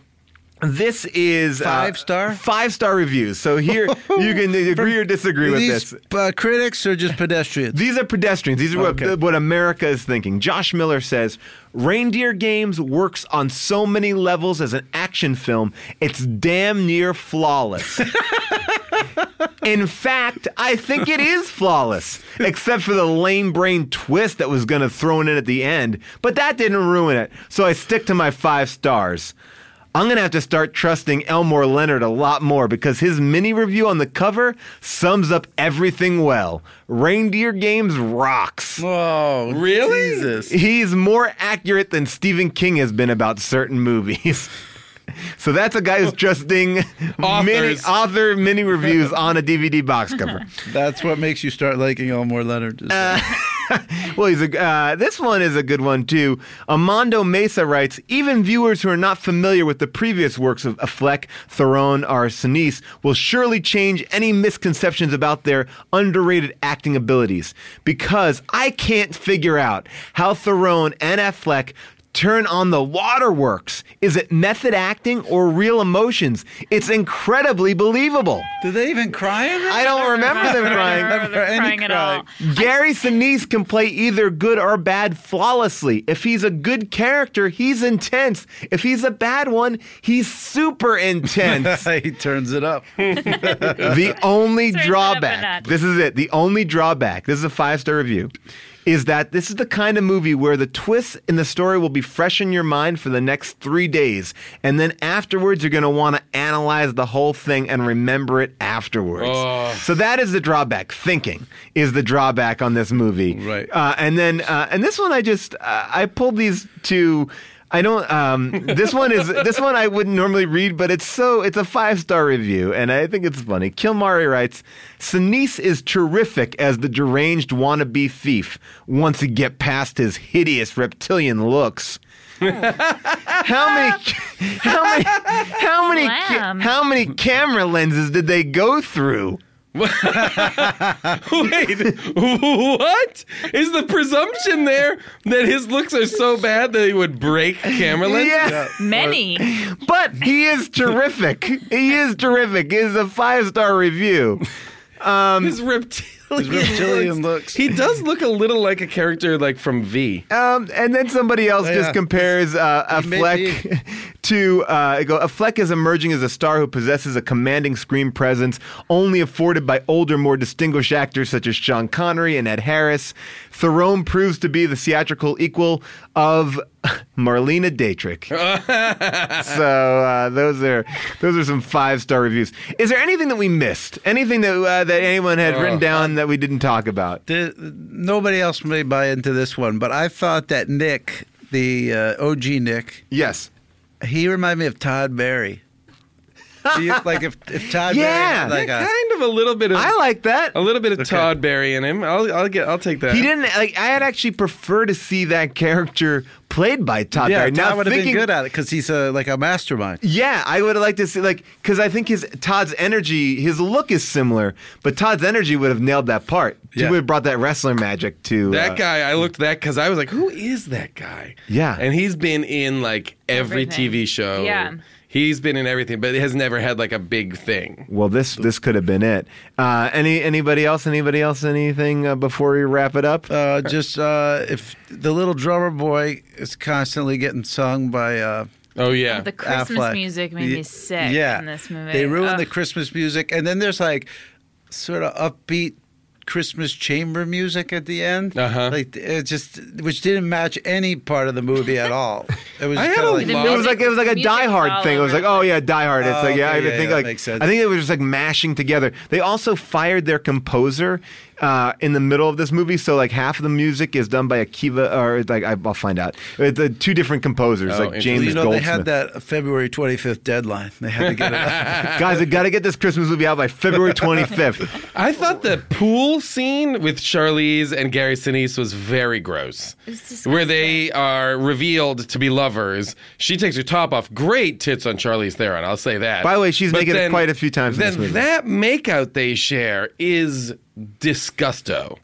Speaker 1: this is uh,
Speaker 5: Five star?
Speaker 1: five star reviews. So here you
Speaker 5: [LAUGHS]
Speaker 1: can agree or disagree
Speaker 5: Are
Speaker 1: with
Speaker 5: these
Speaker 1: this.
Speaker 5: uh, critics or just pedestrians?
Speaker 1: These are pedestrians. These are what,
Speaker 5: Okay.
Speaker 1: what America is thinking. Josh Miller says Reindeer Games works on so many levels as an action film, it's damn near
Speaker 5: [LAUGHS]
Speaker 1: flawless. In fact, I think it is flawless, except for the lame brain twist that was going to thrown in at the end. But that didn't ruin it, so I stick to my five stars. I'm going to have to start trusting Elmore Leonard a lot more because his mini review on the cover sums up everything well. Reindeer Games rocks.
Speaker 5: Oh,
Speaker 3: Really?
Speaker 5: Jesus.
Speaker 1: He's more accurate than Stephen King has been about certain movies. [LAUGHS] So that's a guy who's trusting mini,
Speaker 3: Authors.
Speaker 1: author mini reviews on a DVD box cover.
Speaker 5: That's what makes you start liking Elmore Leonard. is-
Speaker 1: Uh, Well, he's a, uh, this one is a good one too. Amando Mesa writes: Even viewers who are not familiar with the previous works of Affleck, Theron, or Sinise will surely change any misconceptions about their underrated acting abilities. Because I can't figure out how Theron and Affleck turn on the waterworks. Is it method acting or real emotions? It's incredibly believable.
Speaker 5: Do they even cry in it?
Speaker 1: I don't remember them
Speaker 4: I
Speaker 1: crying.
Speaker 4: don't remember
Speaker 5: Never
Speaker 4: them
Speaker 5: any
Speaker 4: crying at all.
Speaker 1: Gary Sinise can play either good or bad flawlessly. If he's a good character, he's intense. If he's a bad one, he's super
Speaker 5: [LAUGHS]
Speaker 1: intense.
Speaker 5: he turns it up.
Speaker 1: the only
Speaker 4: Turns it up a
Speaker 1: drawback.
Speaker 4: notch.
Speaker 1: This is it. The only drawback. This is a five star review. is that this is the kind of movie where the twists in the story will be fresh in your mind for the next three days. And then afterwards, you're going to want to analyze the whole thing and remember it afterwards. So that is the drawback. Thinking is the drawback on this movie.
Speaker 5: Right.
Speaker 1: Uh, and then, uh, and this one, I just, uh, I pulled these two. I don't. Um, this one is [LAUGHS] this one I wouldn't normally read, but it's so it's a five star review, and I think it's funny. Kilmari writes, Sinise is terrific as the deranged wannabe thief. Once you get past his hideous reptilian looks. how many, how many, how many, ca-
Speaker 4: Slam.
Speaker 1: how many camera lenses did they go through?
Speaker 3: Wait, what? Is the presumption there that his looks are so bad that he would break camera lenses?
Speaker 1: Yeah.
Speaker 4: Many.
Speaker 5: Uh,
Speaker 1: But he is terrific. he is terrific. It is a five star review.
Speaker 3: His reptilian,
Speaker 5: His reptilian looks.
Speaker 3: He does look a little like a character like from V.
Speaker 1: Um, and then somebody else
Speaker 5: Oh,
Speaker 1: just
Speaker 5: yeah.
Speaker 1: compares uh,
Speaker 5: made
Speaker 1: Affleck [LAUGHS] to uh, they go, Affleck is emerging as a star who possesses a commanding screen presence only afforded by older, more distinguished actors such as Sean Connery and Ed Harris. Theron proves to be the theatrical equal of [LAUGHS] Marlena Dietrich. so uh, those are those are some five star reviews. Is there anything that we missed? Anything that uh, that anyone had written down that we didn't talk about?
Speaker 5: There, nobody else may buy into this one, but I thought that Nick, the uh, OG Nick,
Speaker 1: Yes.
Speaker 5: he reminded me of Todd Barry.
Speaker 1: [LAUGHS]
Speaker 5: Do you- like if, if Todd
Speaker 1: Yeah.
Speaker 5: Barry, had like a,
Speaker 3: kind of a little bit of
Speaker 1: I like that.
Speaker 3: a little bit of Todd Barry in him. I'll, I'll get. I'll take that.
Speaker 1: He didn't like. I had actually prefer to see that character played by Todd
Speaker 5: yeah,
Speaker 1: Barry.
Speaker 5: Todd would have been
Speaker 1: thinking-
Speaker 5: good at it because he's a, like a mastermind.
Speaker 1: Yeah, I would have liked to see like because I think his Todd's energy, his look is similar, but Todd's energy would have nailed that part. He
Speaker 5: Yeah.
Speaker 1: would have brought that wrestler magic to uh,
Speaker 3: That guy, I looked that because I was like, who is that guy?
Speaker 1: Yeah.
Speaker 3: And he's been in like every
Speaker 4: Everything.
Speaker 3: TV show.
Speaker 4: Yeah.
Speaker 3: He's been in everything, but has never had like a big thing.
Speaker 1: Well, this this could have been it. Uh, any anybody else? Anybody else? Anything uh, before we wrap it up?
Speaker 5: Uh, just uh, if the little drummer boy is constantly getting sung by. Uh,
Speaker 3: Oh, yeah.
Speaker 4: The Christmas
Speaker 5: Affleck.
Speaker 4: music made
Speaker 5: Ah, Ye-
Speaker 4: me sick
Speaker 5: yeah.
Speaker 4: in this movie.
Speaker 5: They ruined the
Speaker 4: Ugh.
Speaker 5: Christmas music, and then there's like sort of upbeat Christmas chamber music at the end.
Speaker 3: Uh-huh.
Speaker 5: Like it just which didn't match any part of the movie
Speaker 4: [LAUGHS]
Speaker 5: at all. It was
Speaker 3: I
Speaker 5: kinda
Speaker 3: had a
Speaker 5: like,
Speaker 3: lot-
Speaker 1: it was like it was like a
Speaker 4: Music
Speaker 1: Die Hard
Speaker 4: all
Speaker 1: thing. It was
Speaker 4: over
Speaker 1: like, oh yeah, Die Hard. It's
Speaker 5: Oh,
Speaker 1: like yeah,
Speaker 5: okay,
Speaker 1: I would
Speaker 5: yeah,
Speaker 1: think
Speaker 5: yeah,
Speaker 1: like
Speaker 5: makes sense.
Speaker 1: I think it was just like mashing together. They also fired their composer uh, in the middle of this movie, so like half of the music is done by Akiva, or like I- I'll find out. It's uh, two different composers,
Speaker 3: Oh,
Speaker 1: like
Speaker 3: interesting.
Speaker 1: James
Speaker 5: you know,
Speaker 1: Goldsmith.
Speaker 5: they had that February 25th deadline. They had to get it
Speaker 4: [LAUGHS]
Speaker 5: out.
Speaker 1: Guys, I got to get this Christmas movie out by
Speaker 5: [LAUGHS]
Speaker 1: February 25th.
Speaker 3: I thought the pool scene with Charlize and Gary Sinise was very gross.
Speaker 4: was
Speaker 3: Where they are revealed to be lovers. She takes her top off. Great tits on Charlize Theron, I'll say that.
Speaker 1: By the way, she's
Speaker 3: But
Speaker 1: naked
Speaker 3: then-
Speaker 1: quite a few times in
Speaker 3: Then
Speaker 1: this movie.
Speaker 3: that makeout they share is disgusto.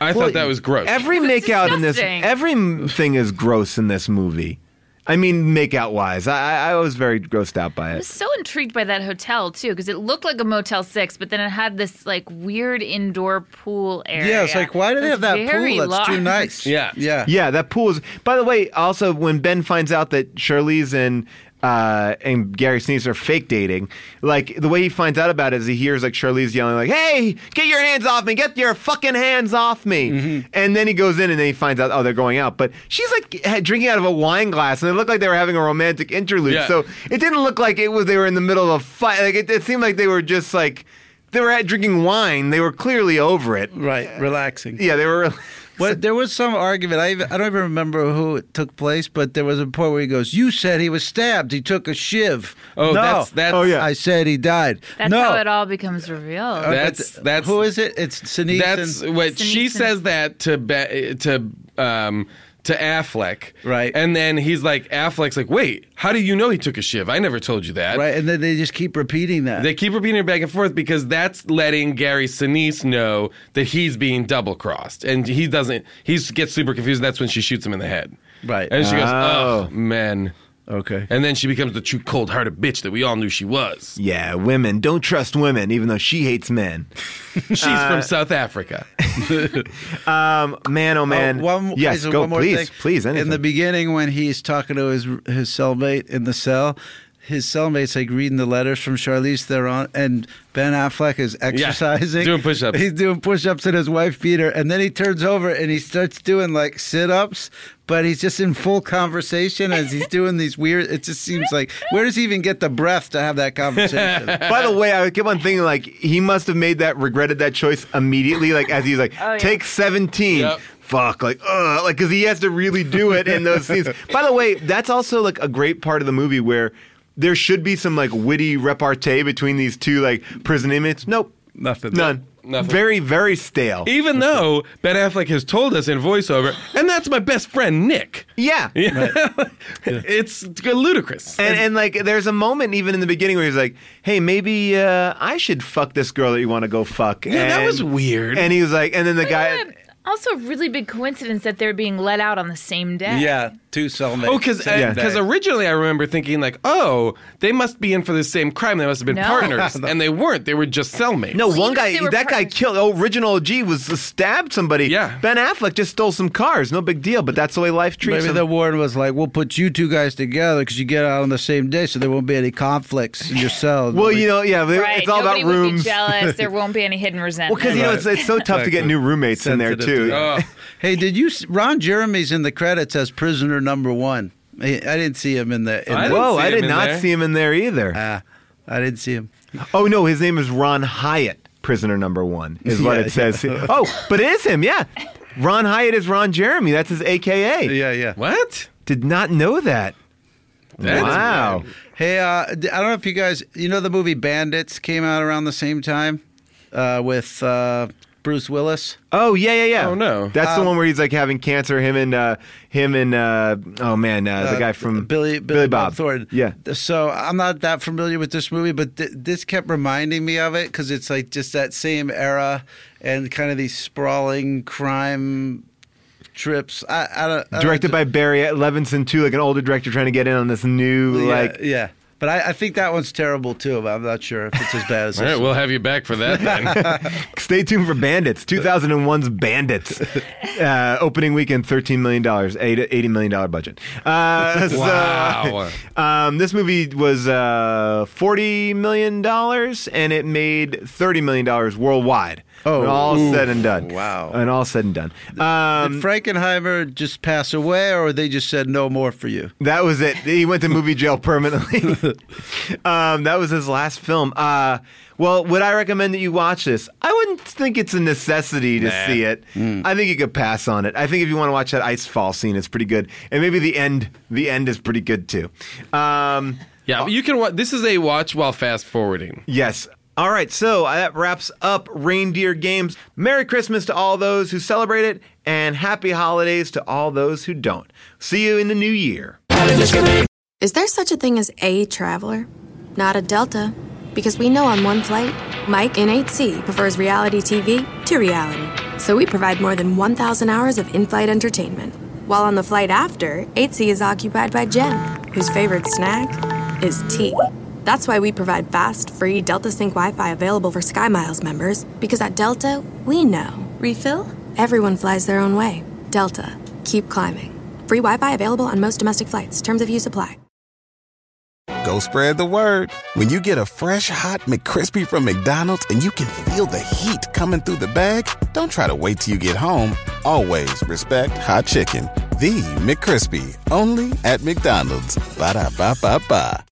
Speaker 3: I
Speaker 1: Well,
Speaker 3: thought that was gross.
Speaker 1: Every makeout in this,
Speaker 4: disgusting.
Speaker 1: everything is gross in this movie. I mean, makeout wise, I, I- I was very grossed out by
Speaker 4: I
Speaker 1: it.
Speaker 4: was so intrigued by that hotel too because it looked like a Motel Six, but then it had this like weird indoor pool area.
Speaker 5: yeah, it's like why do they
Speaker 4: It
Speaker 5: have
Speaker 4: was
Speaker 5: that
Speaker 4: very
Speaker 5: pool that's too
Speaker 4: large.
Speaker 5: nice?
Speaker 3: Yeah.
Speaker 5: yeah,
Speaker 1: [LAUGHS] Yeah, that pool is. By the way, also when Ben finds out that Charlize and uh, and Gary Sinise are fake dating, like the way he finds out about it is he hears like Charlize yelling like, "Hey, get your hands off me! Get your fucking hands off me!" And then he goes in and then he finds out, oh, they're going out. But she's like had- drinking out of a wine glass, and it looked like they were having a romantic interlude.
Speaker 3: Yeah.
Speaker 1: So it didn't look like it was they were in the middle of a fight. Like it, it seemed like they were just like they were at drinking wine. They were clearly over it.
Speaker 5: right. Relaxing.
Speaker 1: Yeah, they were.
Speaker 5: Well, there was some argument. I, even, I don't even remember who it took place, but there was a point where he goes, "You said he was stabbed. He took a shiv."
Speaker 3: Oh,
Speaker 5: no.
Speaker 3: that's- that's-
Speaker 1: Oh, yeah.
Speaker 5: I said he died.
Speaker 4: That's
Speaker 5: no.
Speaker 4: how it all becomes revealed.
Speaker 5: But
Speaker 3: That's- that's-
Speaker 5: who is it? It's Sinise.
Speaker 3: That's
Speaker 5: and-
Speaker 3: what she
Speaker 4: Sinise.
Speaker 3: says that to Be- to um to Affleck,
Speaker 5: Right.
Speaker 3: And then he's like, Affleck's like, wait, how do you know he took a shiv? I never told you that.
Speaker 5: right, and then they just keep repeating that.
Speaker 3: They keep repeating it back and forth because that's letting Gary Sinise know that he's being double crossed, and he doesn't. He gets super confused. And that's when she shoots him in the head.
Speaker 5: Right.
Speaker 3: And she goes,
Speaker 1: Oh.
Speaker 3: "Oh man."
Speaker 5: okay.
Speaker 3: And then she becomes the true cold-hearted bitch that we all knew she was.
Speaker 1: Yeah, women. Don't trust women, even though she hates men.
Speaker 3: She's
Speaker 5: Uh,
Speaker 3: from South Africa.
Speaker 1: Um, man, oh man.
Speaker 5: Oh, one,
Speaker 1: yes,
Speaker 5: is it
Speaker 1: go
Speaker 5: one more
Speaker 1: please,
Speaker 5: thing? [LAUGHS]
Speaker 1: please. Anything.
Speaker 5: In the beginning, when he's talking to his his cellmate in the cell, his cellmates like reading the letters from Charlize Theron, and Ben Affleck is exercising,
Speaker 3: doing push-ups.
Speaker 5: He's doing push-ups and his wife beat her, and then he turns over and he starts doing like sit-ups, but he's just in full conversation as he's doing these weird. It just seems like where does he even get the breath to have that conversation?
Speaker 1: By the way, I kept on thinking like he must have made that regretted that choice immediately. Like as he's like, take seventeen.
Speaker 3: Yep.
Speaker 1: Fuck, like, ugh, like, because he has to really do it in
Speaker 5: [LAUGHS]
Speaker 1: those scenes. By the way, that's also like a great part of the movie where there should be some like witty repartee between these two like prison inmates. Nope,
Speaker 5: Nothing. E-
Speaker 1: none.
Speaker 3: Nothing.
Speaker 1: Very, very stale.
Speaker 3: Even though Ben Affleck has told us in voiceover, and that's my best friend Nick. [LAUGHS]
Speaker 1: yeah.
Speaker 5: E-
Speaker 3: It's ludicrous.
Speaker 1: And, and like, there's a moment even in the beginning where he's like, "Hey, maybe uh, I should fuck this girl that you want to go fuck."
Speaker 3: Yeah, that
Speaker 1: And-
Speaker 3: was weird.
Speaker 1: And he was like, and then the guy,
Speaker 4: Yeah, also, a really big coincidence that they're being let out on the same day.
Speaker 5: Yeah, [LAUGHS] two cellmates.
Speaker 3: Oh, because
Speaker 5: same day.
Speaker 3: originally I remember thinking like, oh, they must be in for the same crime. They must have been
Speaker 1: [LAUGHS]
Speaker 4: No.
Speaker 3: partners, and they weren't. They were just cellmates.
Speaker 1: No, one
Speaker 4: even if
Speaker 1: guy,
Speaker 4: they were
Speaker 1: that guy
Speaker 4: partners-
Speaker 1: killed. Oh, original G was stabbed somebody.
Speaker 3: Yeah.
Speaker 1: Ben Affleck just stole some cars. No big deal, but that's the way life treats
Speaker 5: Maybe
Speaker 1: him.
Speaker 5: the warden was like, "We'll put you two guys together because you get out on the same day, so there won't be any conflicts in your cell."
Speaker 1: well, you know, yeah, they-
Speaker 4: Right.
Speaker 1: it's all
Speaker 4: Nobody
Speaker 1: about
Speaker 4: would
Speaker 1: rooms.
Speaker 4: be
Speaker 1: [LAUGHS]
Speaker 4: jealous. there won't be any hidden resentment.
Speaker 1: Well, because you know it's, it's so tough to get new roommates in there too.
Speaker 5: Sensitive to that.
Speaker 3: Oh,
Speaker 5: hey, did you? s- Ron Jeremy's in the credits as prisoner number one. He- I didn't see him in the. In
Speaker 3: Oh, I
Speaker 5: the-
Speaker 3: didn't
Speaker 1: Whoa,
Speaker 3: see
Speaker 1: I
Speaker 3: him
Speaker 1: did
Speaker 3: in
Speaker 1: not
Speaker 3: there.
Speaker 1: see him in there either.
Speaker 5: Ah, I didn't see him.
Speaker 1: oh no, his name is Ron Hyatt, prisoner number one, is what
Speaker 5: Yeah,
Speaker 1: it says. Oh, but it is him. Yeah, Ron Hyatt is Ron Jeremy. That's his AKA.
Speaker 5: Yeah, yeah.
Speaker 3: what?
Speaker 1: Did not know that.
Speaker 3: That's
Speaker 1: wow.
Speaker 5: Hey, uh, d- I don't know if you guys, you know, the movie Bandits came out around the same time uh, with uh, Bruce Willis.
Speaker 1: Oh yeah, yeah, yeah.
Speaker 3: Oh, no.
Speaker 1: that's
Speaker 5: Uh,
Speaker 1: the one where he's like having cancer. Him and uh, him and uh, oh man, uh, the
Speaker 5: uh,
Speaker 1: guy from
Speaker 5: Billy Thornton.
Speaker 1: Yeah,
Speaker 5: So I'm not that familiar with this movie, but th- this kept reminding me of it because it's like just that same era and kind of these sprawling crime trips. I, I don't. I
Speaker 1: directed
Speaker 5: don't,
Speaker 1: by Barry Levinson too, like an older director trying to get in on this new
Speaker 5: yeah,
Speaker 1: like.
Speaker 5: yeah. But I, I think that one's terrible too. But I'm not sure if it's as bad
Speaker 3: [LAUGHS]
Speaker 5: as
Speaker 3: All
Speaker 5: this.
Speaker 3: right,
Speaker 5: one.
Speaker 3: we'll have you back for that then.
Speaker 1: Stay tuned for Bandits, 2001's
Speaker 5: [LAUGHS]
Speaker 1: Bandits, uh, opening weekend, 13 million dollars, 80 million dollar budget.
Speaker 5: [LAUGHS]
Speaker 1: Uh, [LAUGHS] so-
Speaker 3: wow.
Speaker 1: Um, this movie was uh, forty million dollars, and it made thirty million dollars worldwide.
Speaker 5: Oh,
Speaker 1: when all
Speaker 5: oof.
Speaker 1: said and done.
Speaker 5: Wow.
Speaker 1: and all said and done. Um,
Speaker 5: Did Frankenheimer just pass away, or they just said no more for you?
Speaker 1: that was it. He went to movie jail permanently. um, that was his last film. Uh, well, would I recommend that you watch this? I wouldn't think it's a necessity to
Speaker 3: Nah.
Speaker 1: see it. I think you could pass on it. I think if you want to watch that ice fall scene, it's pretty good, and maybe the end. The end is pretty good too. Um,
Speaker 3: Yeah, you can. Wa- this is a watch while fast forwarding.
Speaker 1: Yes. All right, so uh, that wraps up Reindeer Games. Merry Christmas to all those who celebrate it, and happy holidays to all those who don't. See you in the new year.
Speaker 8: Is there such a thing as a traveler? Not a Delta. Because we know on one flight, Mike in 8C prefers reality TV to reality. So we provide more than 1,000 hours of in flight entertainment. While on the flight after, 8C is occupied by Jen, whose favorite snack is tea. That's why we provide fast, free Delta Sync Wi Fi available for SkyMiles members, because at Delta, we know. Refill? Everyone flies their own way. Delta, keep climbing. Free Wi Fi available on most domestic flights. Terms of use apply.
Speaker 10: Go spread the word. When you get a fresh hot McCrispy from McDonald's and you can feel the heat coming through the bag, don't try to wait till you get home. Always respect hot chicken. The McCrispy, only at McDonald's. Ba da ba ba ba.